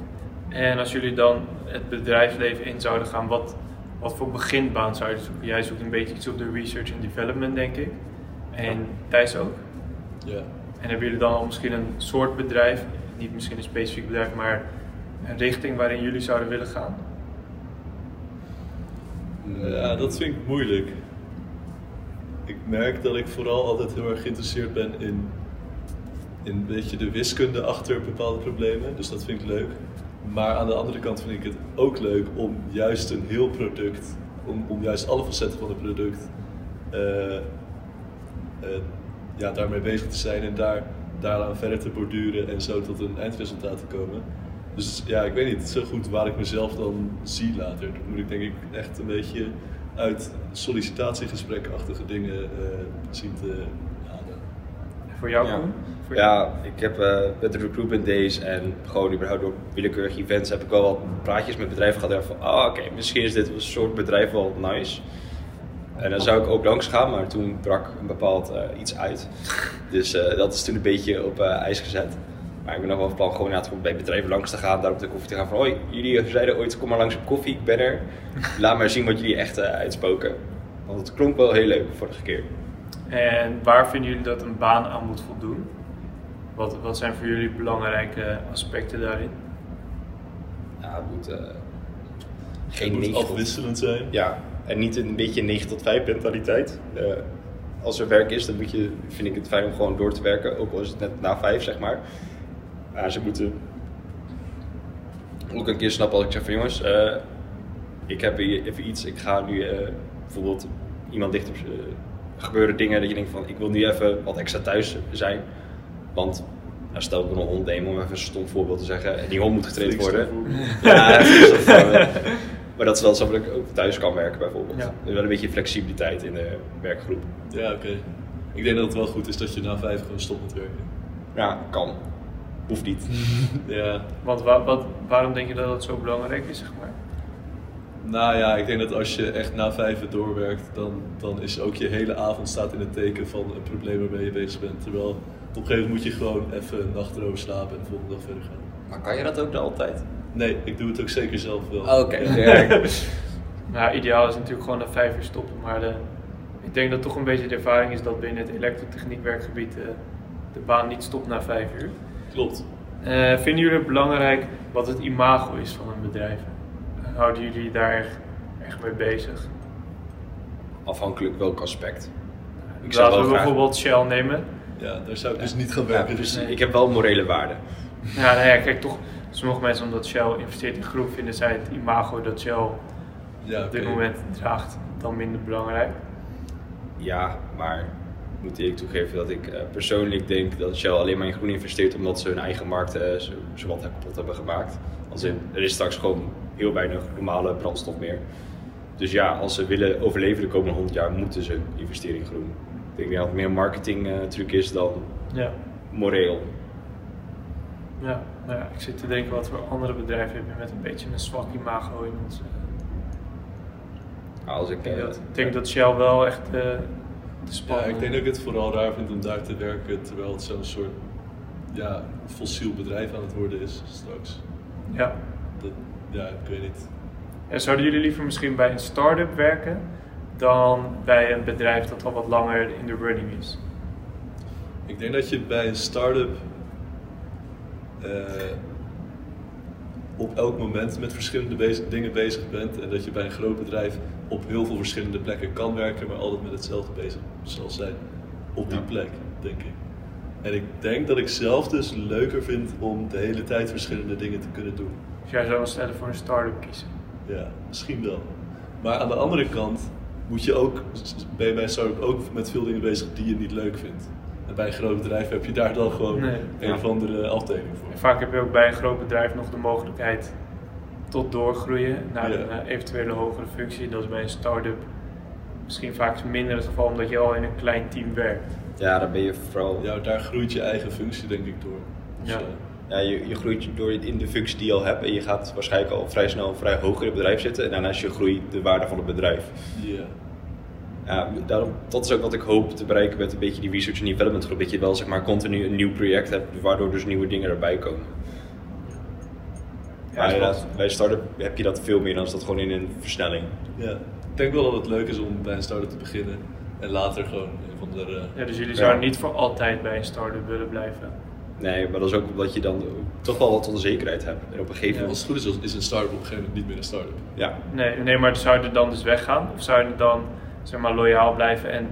[SPEAKER 2] En als jullie dan het bedrijfsleven in zouden gaan, wat, wat voor beginbaan zou je zoeken? Jij zoekt een beetje iets op de research en development, denk ik. En Thijs ook.
[SPEAKER 7] Ja.
[SPEAKER 2] En hebben jullie dan al misschien een soort bedrijf, niet misschien een specifiek bedrijf, maar een richting waarin jullie zouden willen gaan?
[SPEAKER 7] Ja, dat vind ik moeilijk. Ik merk dat ik vooral altijd heel erg geïnteresseerd ben in, in een beetje de wiskunde achter bepaalde problemen. Dus dat vind ik leuk. Maar aan de andere kant vind ik het ook leuk om juist een heel product, om, om juist alle facetten van het product, eh, eh, ja, daarmee bezig te zijn en daar, daaraan verder te borduren en zo tot een eindresultaat te komen. Dus ja, ik weet niet zo goed waar ik mezelf dan zie later. Dat moet ik denk ik echt een beetje uit sollicitatiegesprekachtige dingen eh, zien te halen.
[SPEAKER 8] Voor jou,
[SPEAKER 6] Ja.
[SPEAKER 8] Koen? Voor jou?
[SPEAKER 6] Ja, ik heb eh, met de recruitment days en gewoon überhaupt door willekeurige events heb ik wel wat praatjes met bedrijven gehad. Van, ah oké, misschien is dit een soort bedrijf wel nice. En dan zou ik ook langs gaan, maar toen brak een bepaald eh, iets uit. Dus eh, dat is toen een beetje op eh, ijs gezet. Maar ik ben nog wel van plan gewoon inderdaad gewoon bij bedrijven langs te gaan, daar op de koffie te gaan van hoi, jullie zeiden ooit kom maar langs op koffie, ik ben er. Laat maar zien wat jullie echt eh, uitspoken. Want het klonk wel heel leuk vorige keer.
[SPEAKER 2] En waar vinden jullie dat een baan aan moet voldoen? Wat, wat zijn voor jullie belangrijke aspecten daarin?
[SPEAKER 6] Ja, het moet eh,
[SPEAKER 7] Het
[SPEAKER 6] geen
[SPEAKER 7] moet
[SPEAKER 6] negen tot-
[SPEAKER 7] afwisselend zijn.
[SPEAKER 6] Ja, en niet een beetje 9 tot 5 mentaliteit. Eh, als er werk is, dan moet je, vind ik het fijn om gewoon door te werken, ook al is het net na 5, zeg maar. Maar ze moeten ook een keer snappen als ik zeg van jongens, eh, ik heb hier even iets, ik ga nu eh, bijvoorbeeld iemand dichter, eh, gebeuren dingen dat je denkt van ik wil nu even wat extra thuis zijn. Want nou, stel ik wil een hond neem om even een stom voorbeeld te zeggen, en die hond moet getraind
[SPEAKER 7] Flink stom
[SPEAKER 6] worden. Ja, dat is wel van, eh, maar dat is wel zo dat ik ook thuis kan werken bijvoorbeeld.
[SPEAKER 2] Ja.
[SPEAKER 6] Dus wel een beetje flexibiliteit in de werkgroep.
[SPEAKER 7] Ja, oké. Ik denk dat het wel goed is dat je na vijf gewoon stopt met werken.
[SPEAKER 6] Ja, kan. Hoeft niet.
[SPEAKER 7] Ja,
[SPEAKER 2] Want wa- wat, waarom denk je dat dat zo belangrijk is, zeg maar?
[SPEAKER 7] nou ja, ik denk dat als je echt na vijf doorwerkt, dan, dan is ook je hele avond staat in het teken van een probleem waarmee je bezig bent. Terwijl op een gegeven moment moet je gewoon even een nacht erover slapen en de volgende dag verder gaan.
[SPEAKER 6] Maar kan je dat ook dan altijd?
[SPEAKER 7] Nee, ik doe het ook zeker zelf wel.
[SPEAKER 2] Oh,
[SPEAKER 6] Ja.
[SPEAKER 2] Nou, ideaal is natuurlijk gewoon na vijf uur stoppen, maar de, ik denk dat toch een beetje de ervaring is dat binnen het elektrotechniek werkgebied eh, de baan niet stopt na vijf uur.
[SPEAKER 7] Klopt.
[SPEAKER 2] Eh, vinden jullie het belangrijk wat het imago is van een bedrijf? Houden jullie daar echt, echt mee bezig?
[SPEAKER 6] Afhankelijk welk aspect. Ik zou
[SPEAKER 2] Laten
[SPEAKER 6] wel
[SPEAKER 2] we
[SPEAKER 6] graag-
[SPEAKER 2] bijvoorbeeld Shell nemen.
[SPEAKER 7] Ja, daar zou ik dus niet gaan
[SPEAKER 6] Ja,
[SPEAKER 7] werken.
[SPEAKER 6] dus
[SPEAKER 7] dus
[SPEAKER 6] ik heb wel morele waarden.
[SPEAKER 2] Ja, nou ja, kijk toch, sommige mensen omdat Shell investeert in groep vinden zij het imago dat Shell
[SPEAKER 7] ja,
[SPEAKER 2] op dit
[SPEAKER 7] oké.
[SPEAKER 2] moment draagt dan minder belangrijk.
[SPEAKER 6] Ja, maar moet ik toegeven dat ik eh, persoonlijk denk dat Shell alleen maar in groen investeert omdat ze hun eigen markt eh, zo zowat kapot hebben gemaakt. Als in, er is straks gewoon heel weinig normale brandstof meer. Dus ja, als ze willen overleven de komende 100 jaar, moeten ze investeren in groen. Ik denk dat het meer een marketing eh, truc is dan
[SPEAKER 2] Ja,
[SPEAKER 6] moreel.
[SPEAKER 2] ja, nou ja, ik zit te denken wat voor andere bedrijven hebben met een beetje een zwak imago in ons.
[SPEAKER 6] Maar als ik,
[SPEAKER 2] Ik denk
[SPEAKER 6] eh,
[SPEAKER 2] dat, ik denk dat Shell wel echt eh, de
[SPEAKER 7] Ja,
[SPEAKER 2] span.
[SPEAKER 7] ik denk dat ik het vooral raar vind om daar te werken terwijl het zo'n soort ja, fossiel bedrijf aan het worden is straks.
[SPEAKER 2] Ja.
[SPEAKER 7] Dat, ja, ik weet niet.
[SPEAKER 2] En zouden jullie liever misschien bij een start-up werken dan bij een bedrijf dat al wat langer in de running is?
[SPEAKER 7] Ik denk dat je bij een start-up eh, op elk moment met verschillende bez- dingen bezig bent. En dat je bij een groot bedrijf op heel veel verschillende plekken kan werken, maar altijd met hetzelfde bezig zal zijn. Op die plek, denk ik. En ik denk dat ik zelf dus leuker vind om de hele tijd verschillende dingen te kunnen doen.
[SPEAKER 2] Dus jij zou stellen voor een start-up kiezen.
[SPEAKER 7] Ja, misschien wel. Maar aan de andere kant moet je ook, ben je bij een start-up ook met veel dingen bezig die je niet leuk vindt. En bij een groot bedrijf heb je daar dan gewoon
[SPEAKER 2] Nee.
[SPEAKER 7] een of andere afdeling voor.
[SPEAKER 2] En vaak heb je ook bij een groot bedrijf nog de mogelijkheid tot doorgroeien naar
[SPEAKER 7] Ja.
[SPEAKER 2] een eh, eventuele hogere functie. Dat is bij een start-up misschien vaak minder het geval omdat je al in een klein team werkt.
[SPEAKER 6] ja, dan ben je vooral. Ja.
[SPEAKER 7] Ja, daar groeit je eigen functie denk ik door. Dus,
[SPEAKER 2] Ja.
[SPEAKER 7] eh,
[SPEAKER 6] je, je groeit door in de functie die je al hebt en je gaat waarschijnlijk al vrij snel vrij hoog in het bedrijf zitten. En daarnaast je groeit de waarde van het bedrijf.
[SPEAKER 7] ja.
[SPEAKER 6] Ja, daarom, dat is ook wat ik hoop te bereiken met een beetje die research and development groep. Dat je wel zeg maar continu een nieuw project hebt, waardoor dus nieuwe dingen erbij komen.
[SPEAKER 2] Ja,
[SPEAKER 6] maar
[SPEAKER 2] is
[SPEAKER 6] inderdaad, bij start-up heb je dat veel meer dan is dat gewoon in een versnelling.
[SPEAKER 7] ja. Ik denk wel dat het leuk is om bij een start-up te beginnen en later gewoon een van de.
[SPEAKER 2] Ja, dus jullie zouden
[SPEAKER 6] Ja.
[SPEAKER 2] niet voor altijd bij een start-up willen blijven.
[SPEAKER 6] Nee, maar dat is ook omdat je dan toch wel wat onzekerheid hebt. En op een gegeven
[SPEAKER 7] Als
[SPEAKER 6] moment...
[SPEAKER 7] het goed is, is een start-up op een gegeven moment niet meer een start-up.
[SPEAKER 6] Ja,
[SPEAKER 2] Nee, nee maar zou je dan dus weggaan? Of zou je dan zeg maar loyaal blijven en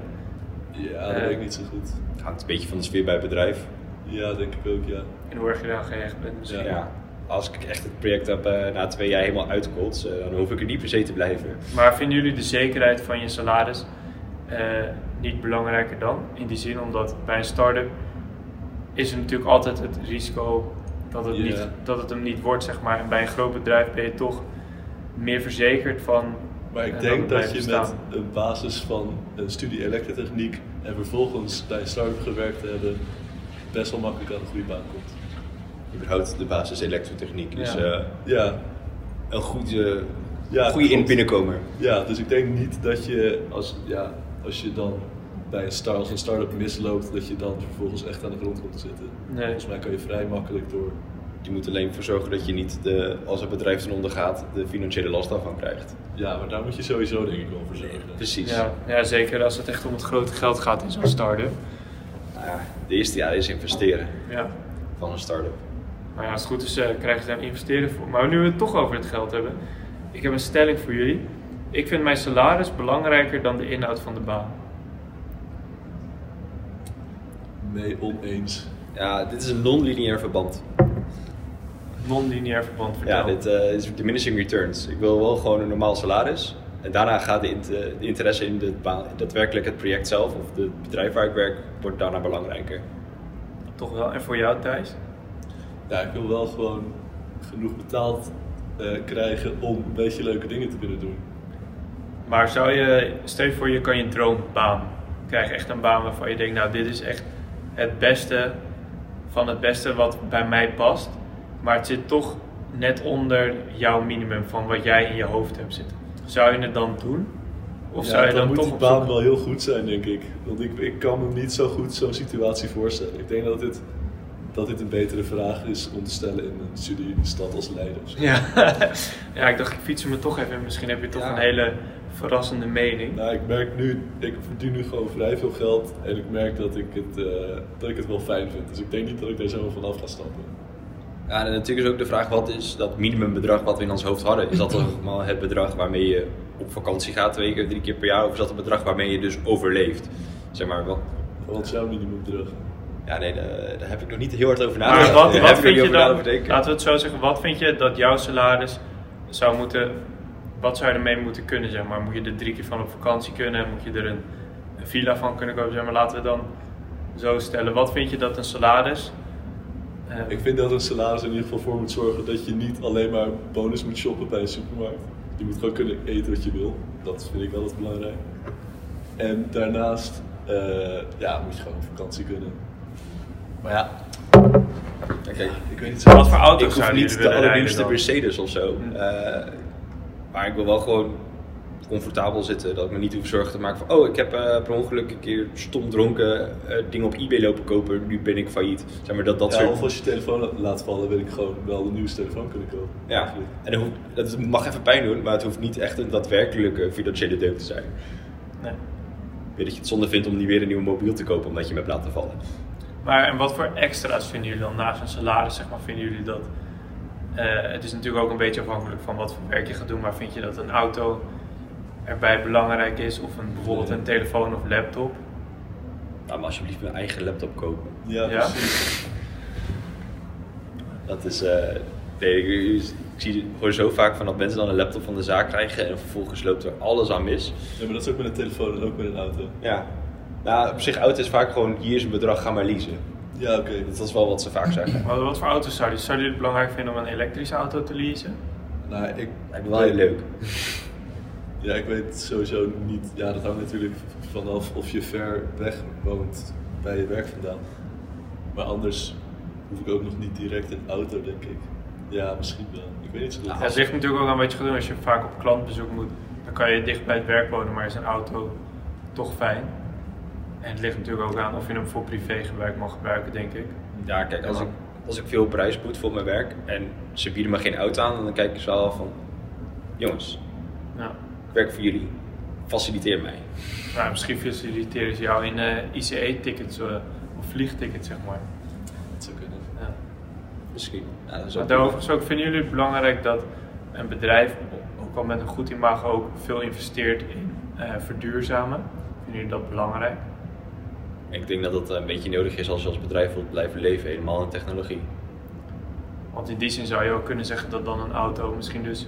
[SPEAKER 7] Ja, dat
[SPEAKER 2] Eh.
[SPEAKER 7] weet ik niet zo goed.
[SPEAKER 6] het hangt een beetje van de sfeer bij het bedrijf.
[SPEAKER 7] Ja, denk ik ook, ja.
[SPEAKER 2] en hoe erg je eraan gehecht bent misschien?
[SPEAKER 6] Ja.
[SPEAKER 9] als ik echt het project heb eh, na twee jaar helemaal uitgekotst, eh, dan hoef ik er niet per se te blijven.
[SPEAKER 2] Maar vinden jullie de zekerheid van je salaris eh, niet belangrijker dan? In die zin, omdat bij een start-up is er natuurlijk altijd het risico dat het,
[SPEAKER 7] Ja.
[SPEAKER 2] niet, dat het hem niet wordt, zeg maar. En bij een groot bedrijf ben je toch meer verzekerd van.
[SPEAKER 7] Maar ik
[SPEAKER 2] eh,
[SPEAKER 7] denk
[SPEAKER 2] het
[SPEAKER 7] dat
[SPEAKER 2] blijft
[SPEAKER 7] je met
[SPEAKER 2] bestaan.
[SPEAKER 7] een basis van een studie elektrotechniek en vervolgens bij een start-up gewerkt te hebben, best wel makkelijk aan een goede baan komt.
[SPEAKER 6] Überhaupt de basis elektrotechniek is
[SPEAKER 2] Ja.
[SPEAKER 6] eh,
[SPEAKER 7] Ja,
[SPEAKER 6] een goede,
[SPEAKER 7] Ja,
[SPEAKER 6] goede
[SPEAKER 7] klopt.
[SPEAKER 6] in binnenkomer.
[SPEAKER 7] ja dus ik denk niet dat je als, ja, als je dan bij een, star, als een start-up misloopt, dat je dan vervolgens echt aan de grond komt te zitten.
[SPEAKER 2] Nee.
[SPEAKER 7] Volgens mij kan je vrij makkelijk door.
[SPEAKER 6] Je moet alleen voor zorgen dat je niet, de, als het bedrijf ten onder gaat, de financiële last daarvan krijgt.
[SPEAKER 7] Ja, maar daar moet je sowieso denk ik wel voor zorgen.
[SPEAKER 6] Precies.
[SPEAKER 2] Ja, ja, zeker als het echt om het grote geld gaat in zo'n start-up.
[SPEAKER 6] Nou ja, de eerste jaar is investeren
[SPEAKER 2] Ja.
[SPEAKER 6] van een start-up.
[SPEAKER 2] Maar ja, als het goed is, eh, krijgen ze daar investeren voor. Maar nu we het toch over het geld hebben, ik heb een stelling voor jullie. Ik vind mijn salaris belangrijker dan de inhoud van de baan.
[SPEAKER 7] Mee oneens.
[SPEAKER 6] Ja, dit is een non-lineair verband.
[SPEAKER 2] Non-lineair verband vertel.
[SPEAKER 6] Ja, dit eh, is diminishing returns. Ik wil wel gewoon een normaal salaris. En daarna gaat de, int- eh, de interesse in de baan, daadwerkelijk het project zelf of het bedrijf waar ik werk, wordt daarna belangrijker.
[SPEAKER 2] Toch wel. En voor jou Thijs?
[SPEAKER 7] Ja, ik wil wel gewoon genoeg betaald eh, krijgen om een beetje leuke dingen te kunnen doen.
[SPEAKER 2] Maar zou je, stel je voor je kan je droombaan krijgen, echt een baan waarvan je denkt, nou dit is echt het beste van het beste wat bij mij past. Maar het zit toch net onder jouw minimum van wat jij in je hoofd hebt zitten. Zou je het dan doen? Of
[SPEAKER 7] Ja,
[SPEAKER 2] zou je
[SPEAKER 7] dan,
[SPEAKER 2] dan,
[SPEAKER 7] moet
[SPEAKER 2] toch
[SPEAKER 7] die
[SPEAKER 2] op
[SPEAKER 7] baan
[SPEAKER 2] zoek-
[SPEAKER 7] wel heel goed zijn, denk ik. Want ik, ik kan me niet zo goed zo'n situatie voorstellen. Ik denk dat dit, dat dit een betere vraag is om te stellen in een studiestad als Leiden. of zo.
[SPEAKER 2] Ja. ja, ik dacht ik fiets me toch even in. Misschien heb je toch
[SPEAKER 6] Ja.
[SPEAKER 2] een hele verrassende mening.
[SPEAKER 7] Nou, ik merk nu, ik verdien nu gewoon vrij veel geld en ik merk dat ik het, eh, dat ik het wel fijn vind. Dus ik denk niet dat ik daar zo van af ga stappen.
[SPEAKER 6] Ja, en natuurlijk is ook de vraag, wat is dat minimumbedrag wat we in ons hoofd hadden? Is dat allemaal het bedrag waarmee je op vakantie gaat twee keer, drie keer per jaar? Of is dat het bedrag waarmee je dus overleeft? Zeg maar, wat...
[SPEAKER 7] Wat is jouw minimumbedrag?
[SPEAKER 6] Ja, nee, eh, daar heb ik nog niet heel hard over
[SPEAKER 2] Maar
[SPEAKER 6] nagedacht.
[SPEAKER 2] wat,
[SPEAKER 6] Daar
[SPEAKER 2] wat
[SPEAKER 6] heb ik
[SPEAKER 2] vind
[SPEAKER 6] niet
[SPEAKER 2] je
[SPEAKER 6] over
[SPEAKER 2] dan,
[SPEAKER 6] na overdenken.
[SPEAKER 2] laten we het zo zeggen, wat vind je dat jouw salaris zou moeten, wat zou je ermee moeten kunnen, zeg maar? Moet je er drie keer van op vakantie kunnen? Moet je er een, een villa van kunnen kopen, zeg maar? Laten we dan zo stellen, wat vind je dat een salaris... eh,
[SPEAKER 7] Ik vind dat een salaris in ieder geval voor moet zorgen dat je niet alleen maar bonus moet shoppen bij een supermarkt. Je moet gewoon kunnen eten wat je wil. Dat vind ik altijd belangrijk. En daarnaast eh, ja, moet je gewoon op vakantie kunnen. Maar ja,
[SPEAKER 6] Oké.
[SPEAKER 7] ik weet niet zo.
[SPEAKER 2] wat voor auto
[SPEAKER 6] ik hoef
[SPEAKER 2] zou
[SPEAKER 6] niet de allerduurste
[SPEAKER 2] rijden dan? Hm.
[SPEAKER 6] Mercedes of zo. eh, maar ik wil wel gewoon comfortabel zitten. Dat ik me niet hoef zorgen te maken van... Oh, ik heb eh, per ongeluk een keer stom dronken eh, dingen op eBay lopen kopen. Nu ben ik failliet. Zeg maar dat, dat
[SPEAKER 7] Ja,
[SPEAKER 6] soort...
[SPEAKER 7] of als je telefoon laat vallen, wil ik gewoon wel de nieuwste telefoon kunnen kopen.
[SPEAKER 6] Ja,
[SPEAKER 7] Eigenlijk.
[SPEAKER 6] en dat, hoeft, dat mag even pijn doen, maar het hoeft niet echt een daadwerkelijke financiële deuk te zijn.
[SPEAKER 2] Nee.
[SPEAKER 6] Ik Weet dat je het zonde vindt om niet weer een nieuwe mobiel te kopen omdat je hem hebt laten vallen.
[SPEAKER 2] Maar en wat voor extra's vinden jullie dan naast een salaris? Zeg maar, vinden jullie dat? eh, het is natuurlijk ook een beetje afhankelijk van wat voor werk je gaat doen, maar vind je dat een auto erbij belangrijk is of een, bijvoorbeeld een telefoon of laptop?
[SPEAKER 6] Nou, maar alsjeblieft mijn eigen laptop kopen.
[SPEAKER 7] Ja,
[SPEAKER 2] Ja.
[SPEAKER 7] precies.
[SPEAKER 6] Dat is. eh, nee, ik, ik zie gewoon zo vaak van dat mensen dan een laptop van de zaak krijgen en vervolgens loopt er alles aan mis.
[SPEAKER 7] Ja, maar dat is ook met een telefoon en ook met een auto.
[SPEAKER 6] Ja. Nou, op zich, auto is vaak gewoon: hier is een bedrag, ga maar leasen.
[SPEAKER 7] Ja, oké.
[SPEAKER 6] Dat is wel wat ze vaak zeggen.
[SPEAKER 2] Maar wat voor auto's zou je, zou jullie het belangrijk vinden om een elektrische auto te leasen?
[SPEAKER 7] Nou, ik,
[SPEAKER 6] Lijkt me wel heel leuk.
[SPEAKER 7] Ja, ik weet sowieso niet. Ja, dat hangt natuurlijk vanaf of je ver weg woont bij je werk vandaan. Maar anders hoef ik ook nog niet direct een auto, denk ik. Ja, misschien wel. Ik weet niet zo goed.
[SPEAKER 2] Ja, het ligt natuurlijk ook aan wat je gaat doen. Als je vaak op klantbezoek moet, dan kan je dicht bij het werk wonen, maar is een auto toch fijn. En het ligt natuurlijk ook aan of je hem voor privégebruik mag gebruiken, denk ik.
[SPEAKER 6] Ja, kijk, als ik, als ik veel op reis moet voor mijn werk en ze bieden me geen auto aan, dan kijk ik zo al van: jongens,
[SPEAKER 2] Ja.
[SPEAKER 6] Ik werk voor jullie. Faciliteer mij.
[SPEAKER 2] Nou, misschien faciliteren ze jou in eh, ICE-tickets eh, of vliegtickets, zeg maar.
[SPEAKER 7] Dat zou kunnen.
[SPEAKER 2] Ja.
[SPEAKER 6] Misschien. Ja, dat is
[SPEAKER 2] Maar
[SPEAKER 6] ook-
[SPEAKER 2] Daaroverigens ook, vinden jullie het belangrijk dat een bedrijf, ook al met een goed imago, ook veel investeert in eh, verduurzamen? Vinden jullie dat belangrijk?
[SPEAKER 6] eh, Ik denk dat dat een beetje nodig is als je als bedrijf wilt blijven leven, helemaal in technologie.
[SPEAKER 2] Want in die zin zou je ook kunnen zeggen dat dan een auto misschien dus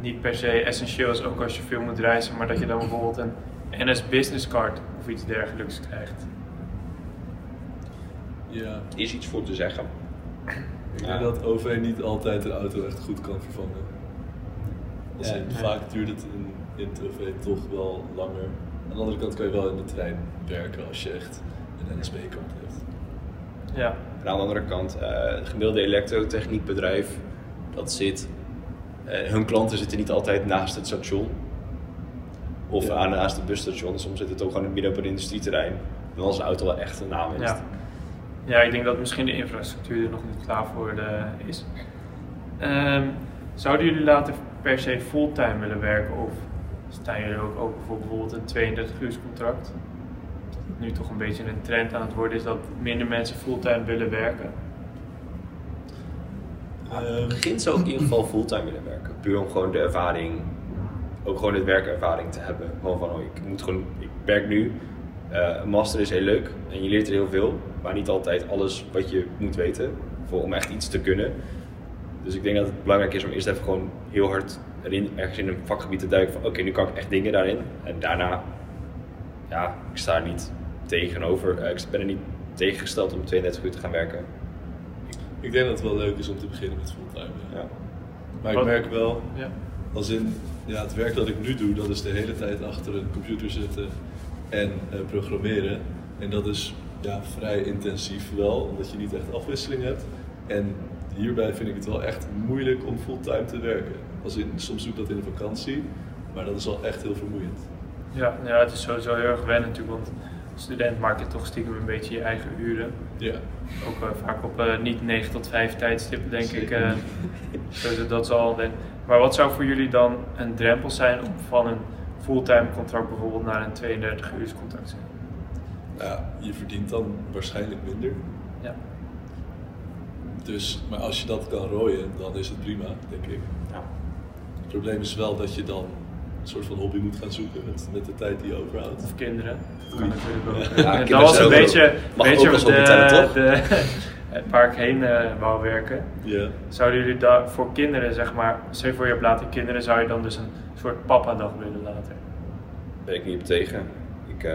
[SPEAKER 2] niet per se essentieel is, ook als je veel moet reizen, maar dat je dan bijvoorbeeld een NS Business Card of iets dergelijks krijgt.
[SPEAKER 7] Ja,
[SPEAKER 6] Is iets voor te zeggen.
[SPEAKER 7] ik
[SPEAKER 6] Ja.
[SPEAKER 7] denk dat OV niet altijd een auto echt goed kan vervangen. Als in, Vaak duurt het in, in het OV toch wel langer. Aan de andere kant kan je wel in de trein werken als je echt een NSB-kant hebt.
[SPEAKER 2] Ja,
[SPEAKER 6] En aan de andere kant, eh, het gemiddelde elektrotechniekbedrijf, dat zit, eh, hun klanten zitten niet altijd naast het station. Of
[SPEAKER 7] Ja.
[SPEAKER 6] aan, naast het busstation, soms zit het ook gewoon midden op een industrieterrein. En dan is de auto wel echt een naam.
[SPEAKER 2] ja. ja, ik denk dat misschien de infrastructuur er nog niet klaar voor eh, is. Ehm, zouden jullie later per se fulltime willen werken of staan jullie ook open voor bijvoorbeeld een 32 uur contract? Dat het nu toch een beetje een trend aan het worden is dat minder mensen fulltime willen werken.
[SPEAKER 7] Ehm,
[SPEAKER 6] begin zou ik in ieder geval fulltime willen werken. Puur om gewoon de ervaring, ook gewoon het werkervaring te hebben. Gewoon van, oh, ik, moet gewoon, ik werk nu. Eh, een master is heel leuk en je leert er heel veel, maar niet altijd alles wat je moet weten voor, om echt iets te kunnen. Dus ik denk dat het belangrijk is om eerst even gewoon heel hard erin, ergens in een vakgebied te duiken van oké, nu kan ik echt dingen daarin. En daarna, ja, ik sta er niet tegenover, eh, ik ben er niet tegengesteld om 32 uur te gaan werken.
[SPEAKER 7] ik denk dat het wel leuk is om te beginnen met fulltime. ja.
[SPEAKER 6] Ja.
[SPEAKER 7] Maar ik
[SPEAKER 2] Wat-
[SPEAKER 7] merk wel,
[SPEAKER 2] Ja.
[SPEAKER 7] als in ja, het werk dat ik nu doe, dat is de hele tijd achter een computer zitten en eh, programmeren. En dat is ja, vrij intensief wel, omdat je niet echt afwisseling hebt. En hierbij vind ik het wel echt moeilijk om fulltime te werken. Als in, soms doe ik dat in de vakantie, maar dat is wel echt heel vermoeiend.
[SPEAKER 2] Ja, ja, het is sowieso heel erg wennen natuurlijk, want als student maak je toch stiekem een beetje je eigen uren.
[SPEAKER 7] Ja,
[SPEAKER 2] Ook eh, vaak op eh, niet 9 tot 5 tijdstippen, denk ik.
[SPEAKER 7] Zeker.
[SPEAKER 2] eh dus dat zal wel. Maar wat zou voor jullie dan een drempel zijn om van een fulltime contract bijvoorbeeld naar een 32 uur contract te zijn?
[SPEAKER 7] ja je verdient dan waarschijnlijk minder.
[SPEAKER 2] Ja.
[SPEAKER 7] Dus, maar als je dat kan rooien, dan is het prima, denk ik. Het probleem is wel dat je dan een soort van hobby moet gaan zoeken met, met de tijd die je overhoudt.
[SPEAKER 2] Of kinderen. Dat kan natuurlijk ook.
[SPEAKER 6] Ja,
[SPEAKER 2] En dat
[SPEAKER 6] kinderen
[SPEAKER 2] was een
[SPEAKER 6] zijn ook
[SPEAKER 2] beetje,
[SPEAKER 6] wel- mag
[SPEAKER 2] beetje
[SPEAKER 6] ook als
[SPEAKER 2] de,
[SPEAKER 6] hobbytalent, toch?
[SPEAKER 2] de- het waar ik heen eh, wou werken.
[SPEAKER 7] Ja.
[SPEAKER 2] Zouden jullie daar voor kinderen, zeg maar, stel je voor je hebt later kinderen, zou je dan dus een soort papa-dag willen later?
[SPEAKER 6] ben ik niet op tegen. Ik, eh,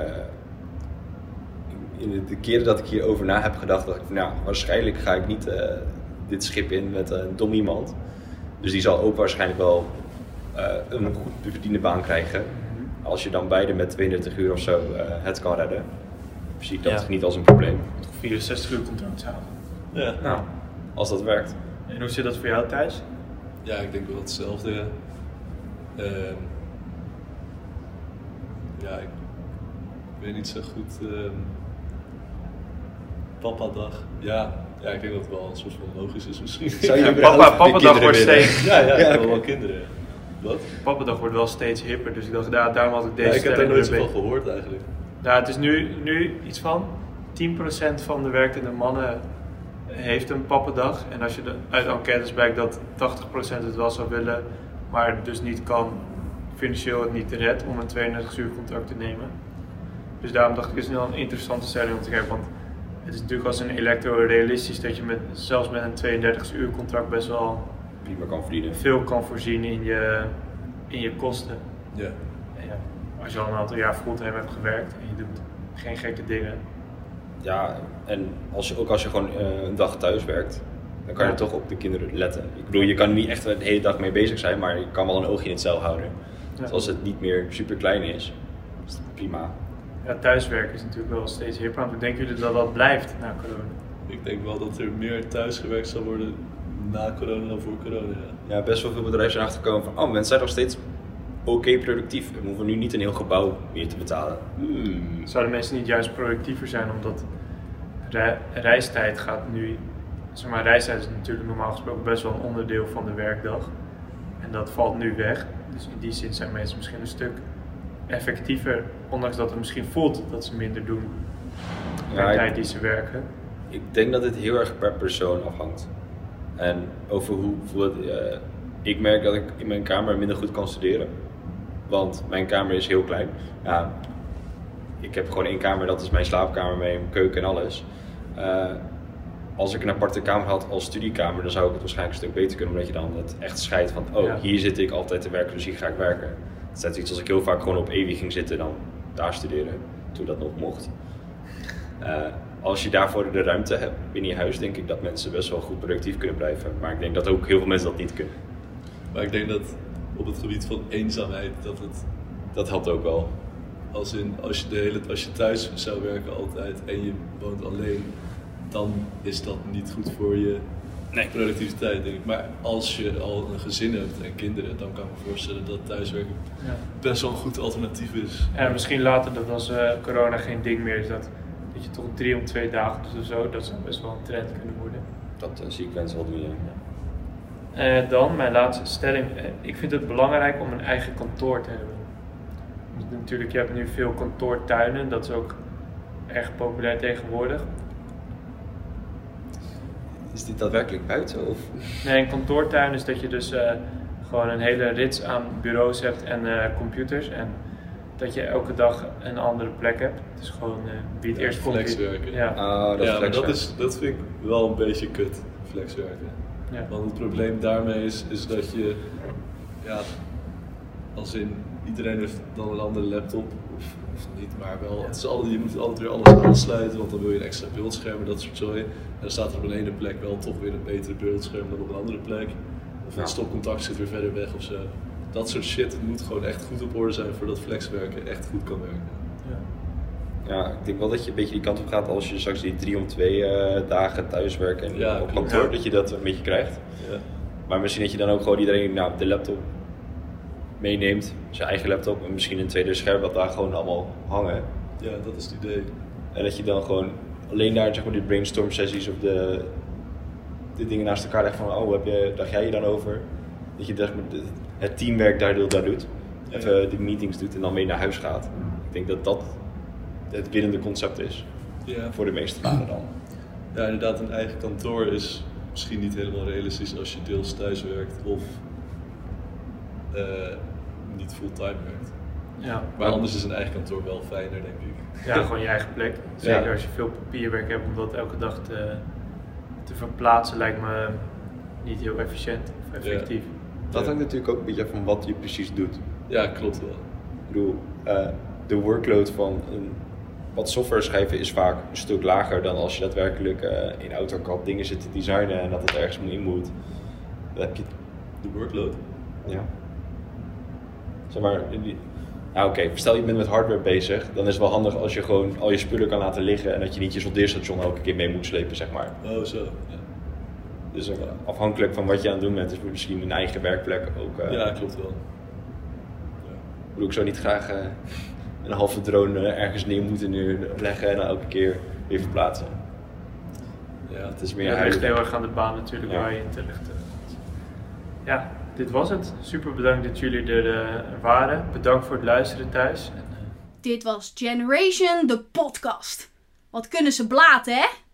[SPEAKER 6] in de, de keren dat ik hierover na heb gedacht, dacht ik van nou, waarschijnlijk ga ik niet eh, dit schip in met eh, een dom iemand. Dus die zal ook waarschijnlijk wel eh, een goed te verdiende baan krijgen. Als je dan beide met 32 uur of zo eh, het kan redden, zie ik dat
[SPEAKER 2] Ja.
[SPEAKER 6] niet als een probleem.
[SPEAKER 2] Of 64 uur contract houden.
[SPEAKER 7] Ja.
[SPEAKER 6] Nou, als dat werkt.
[SPEAKER 2] En hoe zit dat voor jou thuis?
[SPEAKER 7] ja, ik denk wel hetzelfde. ja. Ehm, ja, ik weet niet zo goed. ehm, Papa-dag. Ja. ja, ik denk dat het wel een soort van logisch is misschien.
[SPEAKER 6] Zou je
[SPEAKER 2] Ja,
[SPEAKER 6] überhaupt
[SPEAKER 2] papa- papa
[SPEAKER 6] die
[SPEAKER 2] dag
[SPEAKER 6] kinderen
[SPEAKER 2] wordt
[SPEAKER 6] willen?
[SPEAKER 2] steeds-
[SPEAKER 7] Ja, ja, ik
[SPEAKER 6] Ja,
[SPEAKER 7] wil
[SPEAKER 6] oké.
[SPEAKER 7] wel kinderen. Wat?
[SPEAKER 2] Pappendag wordt wel steeds hipper, dus ik dacht, daar, daarom had ik deze
[SPEAKER 7] Ja, ik heb daar
[SPEAKER 2] stelling
[SPEAKER 7] nooit
[SPEAKER 2] erbij.
[SPEAKER 7] zoveel gehoord eigenlijk.
[SPEAKER 2] Nou, het is nu, nu iets van 10% van de werkende mannen heeft een pappendag. En als je de, uit enquêtes blijkt dat 80% het wel zou willen, maar dus niet kan, financieel het niet redt om een 32 uur contract te nemen. Dus daarom dacht ik, het is wel een interessante stelling om te kijken. Want het is natuurlijk als een elektro realistisch dat je met, zelfs met een 32 uur contract best wel
[SPEAKER 6] Prima kan verdienen.
[SPEAKER 2] veel kan voorzien in je, in je kosten.
[SPEAKER 7] Ja.
[SPEAKER 2] En ja, als je al een aantal jaar fulltime hebt gewerkt en je doet geen gekke dingen.
[SPEAKER 6] Ja, en als je, ook als je gewoon eh, een dag thuis werkt, dan kan je toch op de kinderen letten. Ik bedoel, je kan er niet echt de hele dag mee bezig zijn, maar je kan wel een oogje in het zeil houden.
[SPEAKER 2] Ja.
[SPEAKER 6] Dus als het niet meer super klein is, is het prima.
[SPEAKER 2] Ja, thuiswerken is natuurlijk wel steeds hipper. Want denken jullie dat dat blijft na corona?
[SPEAKER 7] Ik denk wel dat er meer thuisgewerkt zal worden na corona dan voor corona. Ja.
[SPEAKER 6] Ja, best wel veel bedrijven zijn achtergekomen van, oh, mensen zijn nog steeds oké productief. We hoeven nu niet een heel gebouw meer te betalen. Hmm.
[SPEAKER 2] Zouden mensen niet juist productiever zijn omdat re- reistijd gaat nu... Zeg maar, reistijd is natuurlijk normaal gesproken best wel een onderdeel van de werkdag. En dat valt nu weg. Dus in die zin zijn mensen misschien een stuk effectiever. Ondanks dat het misschien voelt dat ze minder doen per
[SPEAKER 6] Ja, ik-
[SPEAKER 2] tijd die ze werken.
[SPEAKER 6] Ik denk dat het heel erg per persoon afhangt. En over hoe bijvoorbeeld, eh, ik merk dat ik in mijn kamer minder goed kan studeren. Want mijn kamer is heel klein. Ja, ik heb gewoon één kamer, dat is mijn slaapkamer, mijn keuken en alles. Eh, als ik een aparte kamer had als studiekamer, dan zou ik het waarschijnlijk een stuk beter kunnen. Omdat je dan dat echt scheidt van, oh,
[SPEAKER 2] Ja.
[SPEAKER 6] hier zit ik altijd te werken, dus hier ga ik werken. Het is net iets als ik heel vaak gewoon op EWI ging zitten en dan daar studeren, toen dat nog mocht. Eh, als je daarvoor de ruimte hebt binnen je huis, denk ik dat mensen best wel goed productief kunnen blijven. Maar ik denk dat ook heel veel mensen dat niet kunnen.
[SPEAKER 7] Maar ik denk dat op het gebied van eenzaamheid, dat het, dat helpt ook wel. Als, in, als, je de hele, als je thuis zou werken altijd en je woont alleen, dan is dat niet goed voor je productiviteit, denk ik. Maar als je al een gezin hebt en kinderen, dan kan ik me voorstellen dat thuiswerken
[SPEAKER 2] Ja.
[SPEAKER 7] best wel een goed alternatief is.
[SPEAKER 2] En misschien later dat als eh, corona geen ding meer is, dat, dat je toch drie om twee dagen doet of zo, dat zou best wel een trend kunnen worden.
[SPEAKER 6] Dat eh, zie ik mensen wel doen, ja.
[SPEAKER 2] Eh, dan mijn laatste stelling. Eh, ik vind het belangrijk om een eigen kantoor te hebben. Want natuurlijk, je hebt nu veel kantoortuinen, dat is ook erg populair tegenwoordig.
[SPEAKER 6] Is dit daadwerkelijk buiten? Of?
[SPEAKER 2] Nee, een kantoortuin is dat je dus eh, gewoon een hele rits aan bureaus hebt en eh, computers. En dat je elke dag een andere plek hebt. Dus gewoon eh, wie het
[SPEAKER 7] Ja,
[SPEAKER 2] eerst komt. wie-
[SPEAKER 7] flexwerken.
[SPEAKER 2] Ja,
[SPEAKER 6] Ah, dat
[SPEAKER 7] ja, maar
[SPEAKER 6] flex,
[SPEAKER 7] dat, is, dat vind ik wel een beetje kut, flexwerken.
[SPEAKER 2] ja.
[SPEAKER 7] Want het probleem daarmee is, is dat je, ja, als in iedereen heeft dan een andere laptop, of, of niet, maar wel, het is altijd, je moet altijd weer alles aansluiten, want dan wil je een extra beeldscherm en dat soort zooi. En dan staat er op een ene plek wel toch weer een betere beeldscherm dan op een andere plek. Of een stopcontact zit weer verder weg of zo. Dat soort shit moet gewoon echt goed op orde zijn voordat flexwerken echt goed kan werken.
[SPEAKER 2] Ja.
[SPEAKER 6] Ja, ik denk wel dat je een beetje die kant op gaat als je straks die drie om twee eh, dagen thuiswerken en
[SPEAKER 7] Ja,
[SPEAKER 6] op
[SPEAKER 7] klopt.
[SPEAKER 6] kantoor,
[SPEAKER 7] Ja.
[SPEAKER 6] dat je dat een beetje krijgt.
[SPEAKER 7] Ja.
[SPEAKER 6] Maar misschien dat je dan ook gewoon iedereen nou, de laptop meeneemt, zijn eigen laptop en misschien een tweede scherm dat daar gewoon allemaal hangen.
[SPEAKER 7] ja, dat is het idee.
[SPEAKER 6] En dat je dan gewoon alleen daar zeg maar die brainstorm sessies of de, de dingen naast elkaar legt van oh, hoe heb je, dacht jij je dan over? Dat je zeg maar, de- het teamwerk daar, daar doet, even de meetings doet en dan mee naar huis gaat. Ik denk dat dat het winnende concept is
[SPEAKER 7] Ja,
[SPEAKER 6] voor de meeste banen dan.
[SPEAKER 7] Ja, inderdaad, een eigen kantoor is misschien niet helemaal realistisch als je deels thuis werkt of eh, niet fulltime werkt.
[SPEAKER 2] Ja.
[SPEAKER 7] Maar anders is een eigen kantoor wel fijner, denk ik.
[SPEAKER 2] Ja, gewoon je eigen plek. Zeker als je veel papierwerk hebt om dat elke dag te, te verplaatsen, lijkt me niet heel efficiënt of effectief.
[SPEAKER 6] Dat hangt natuurlijk ook een beetje af van wat je precies doet.
[SPEAKER 7] Ja, klopt wel.
[SPEAKER 6] Ik bedoel, eh, de workload van een, wat software schrijven is vaak een stuk lager dan als je daadwerkelijk eh, in AutoCAD dingen zit te designen en dat het ergens moet in moet. Dan heb je,
[SPEAKER 7] De workload.
[SPEAKER 6] ja. Zeg maar, in die- nou oké, stel je bent met hardware bezig, dan is het wel handig als je gewoon al je spullen kan laten liggen en dat je niet je soldeerstation elke keer mee moet slepen, zeg maar.
[SPEAKER 7] Oh, zo. Ja,
[SPEAKER 6] Dus eh, afhankelijk van wat je aan het doen bent, is misschien een eigen werkplek ook. eh,
[SPEAKER 7] ja klopt wel.
[SPEAKER 6] Ik bedoel, ik zou niet graag eh, een halve drone eh, ergens neer moeten nu leggen en dan elke keer weer verplaatsen.
[SPEAKER 7] Ja,
[SPEAKER 6] Het is meer
[SPEAKER 2] Ja, dat
[SPEAKER 6] huilen.
[SPEAKER 2] ligt heel erg aan de baan natuurlijk
[SPEAKER 6] Ja.
[SPEAKER 2] waar je in terecht eh, komt. Ja, dit was het. Super bedankt dat jullie er eh, waren. Bedankt voor het luisteren thuis. En, eh,
[SPEAKER 1] Dit was Generation, de podcast. Wat kunnen ze blaten, hè?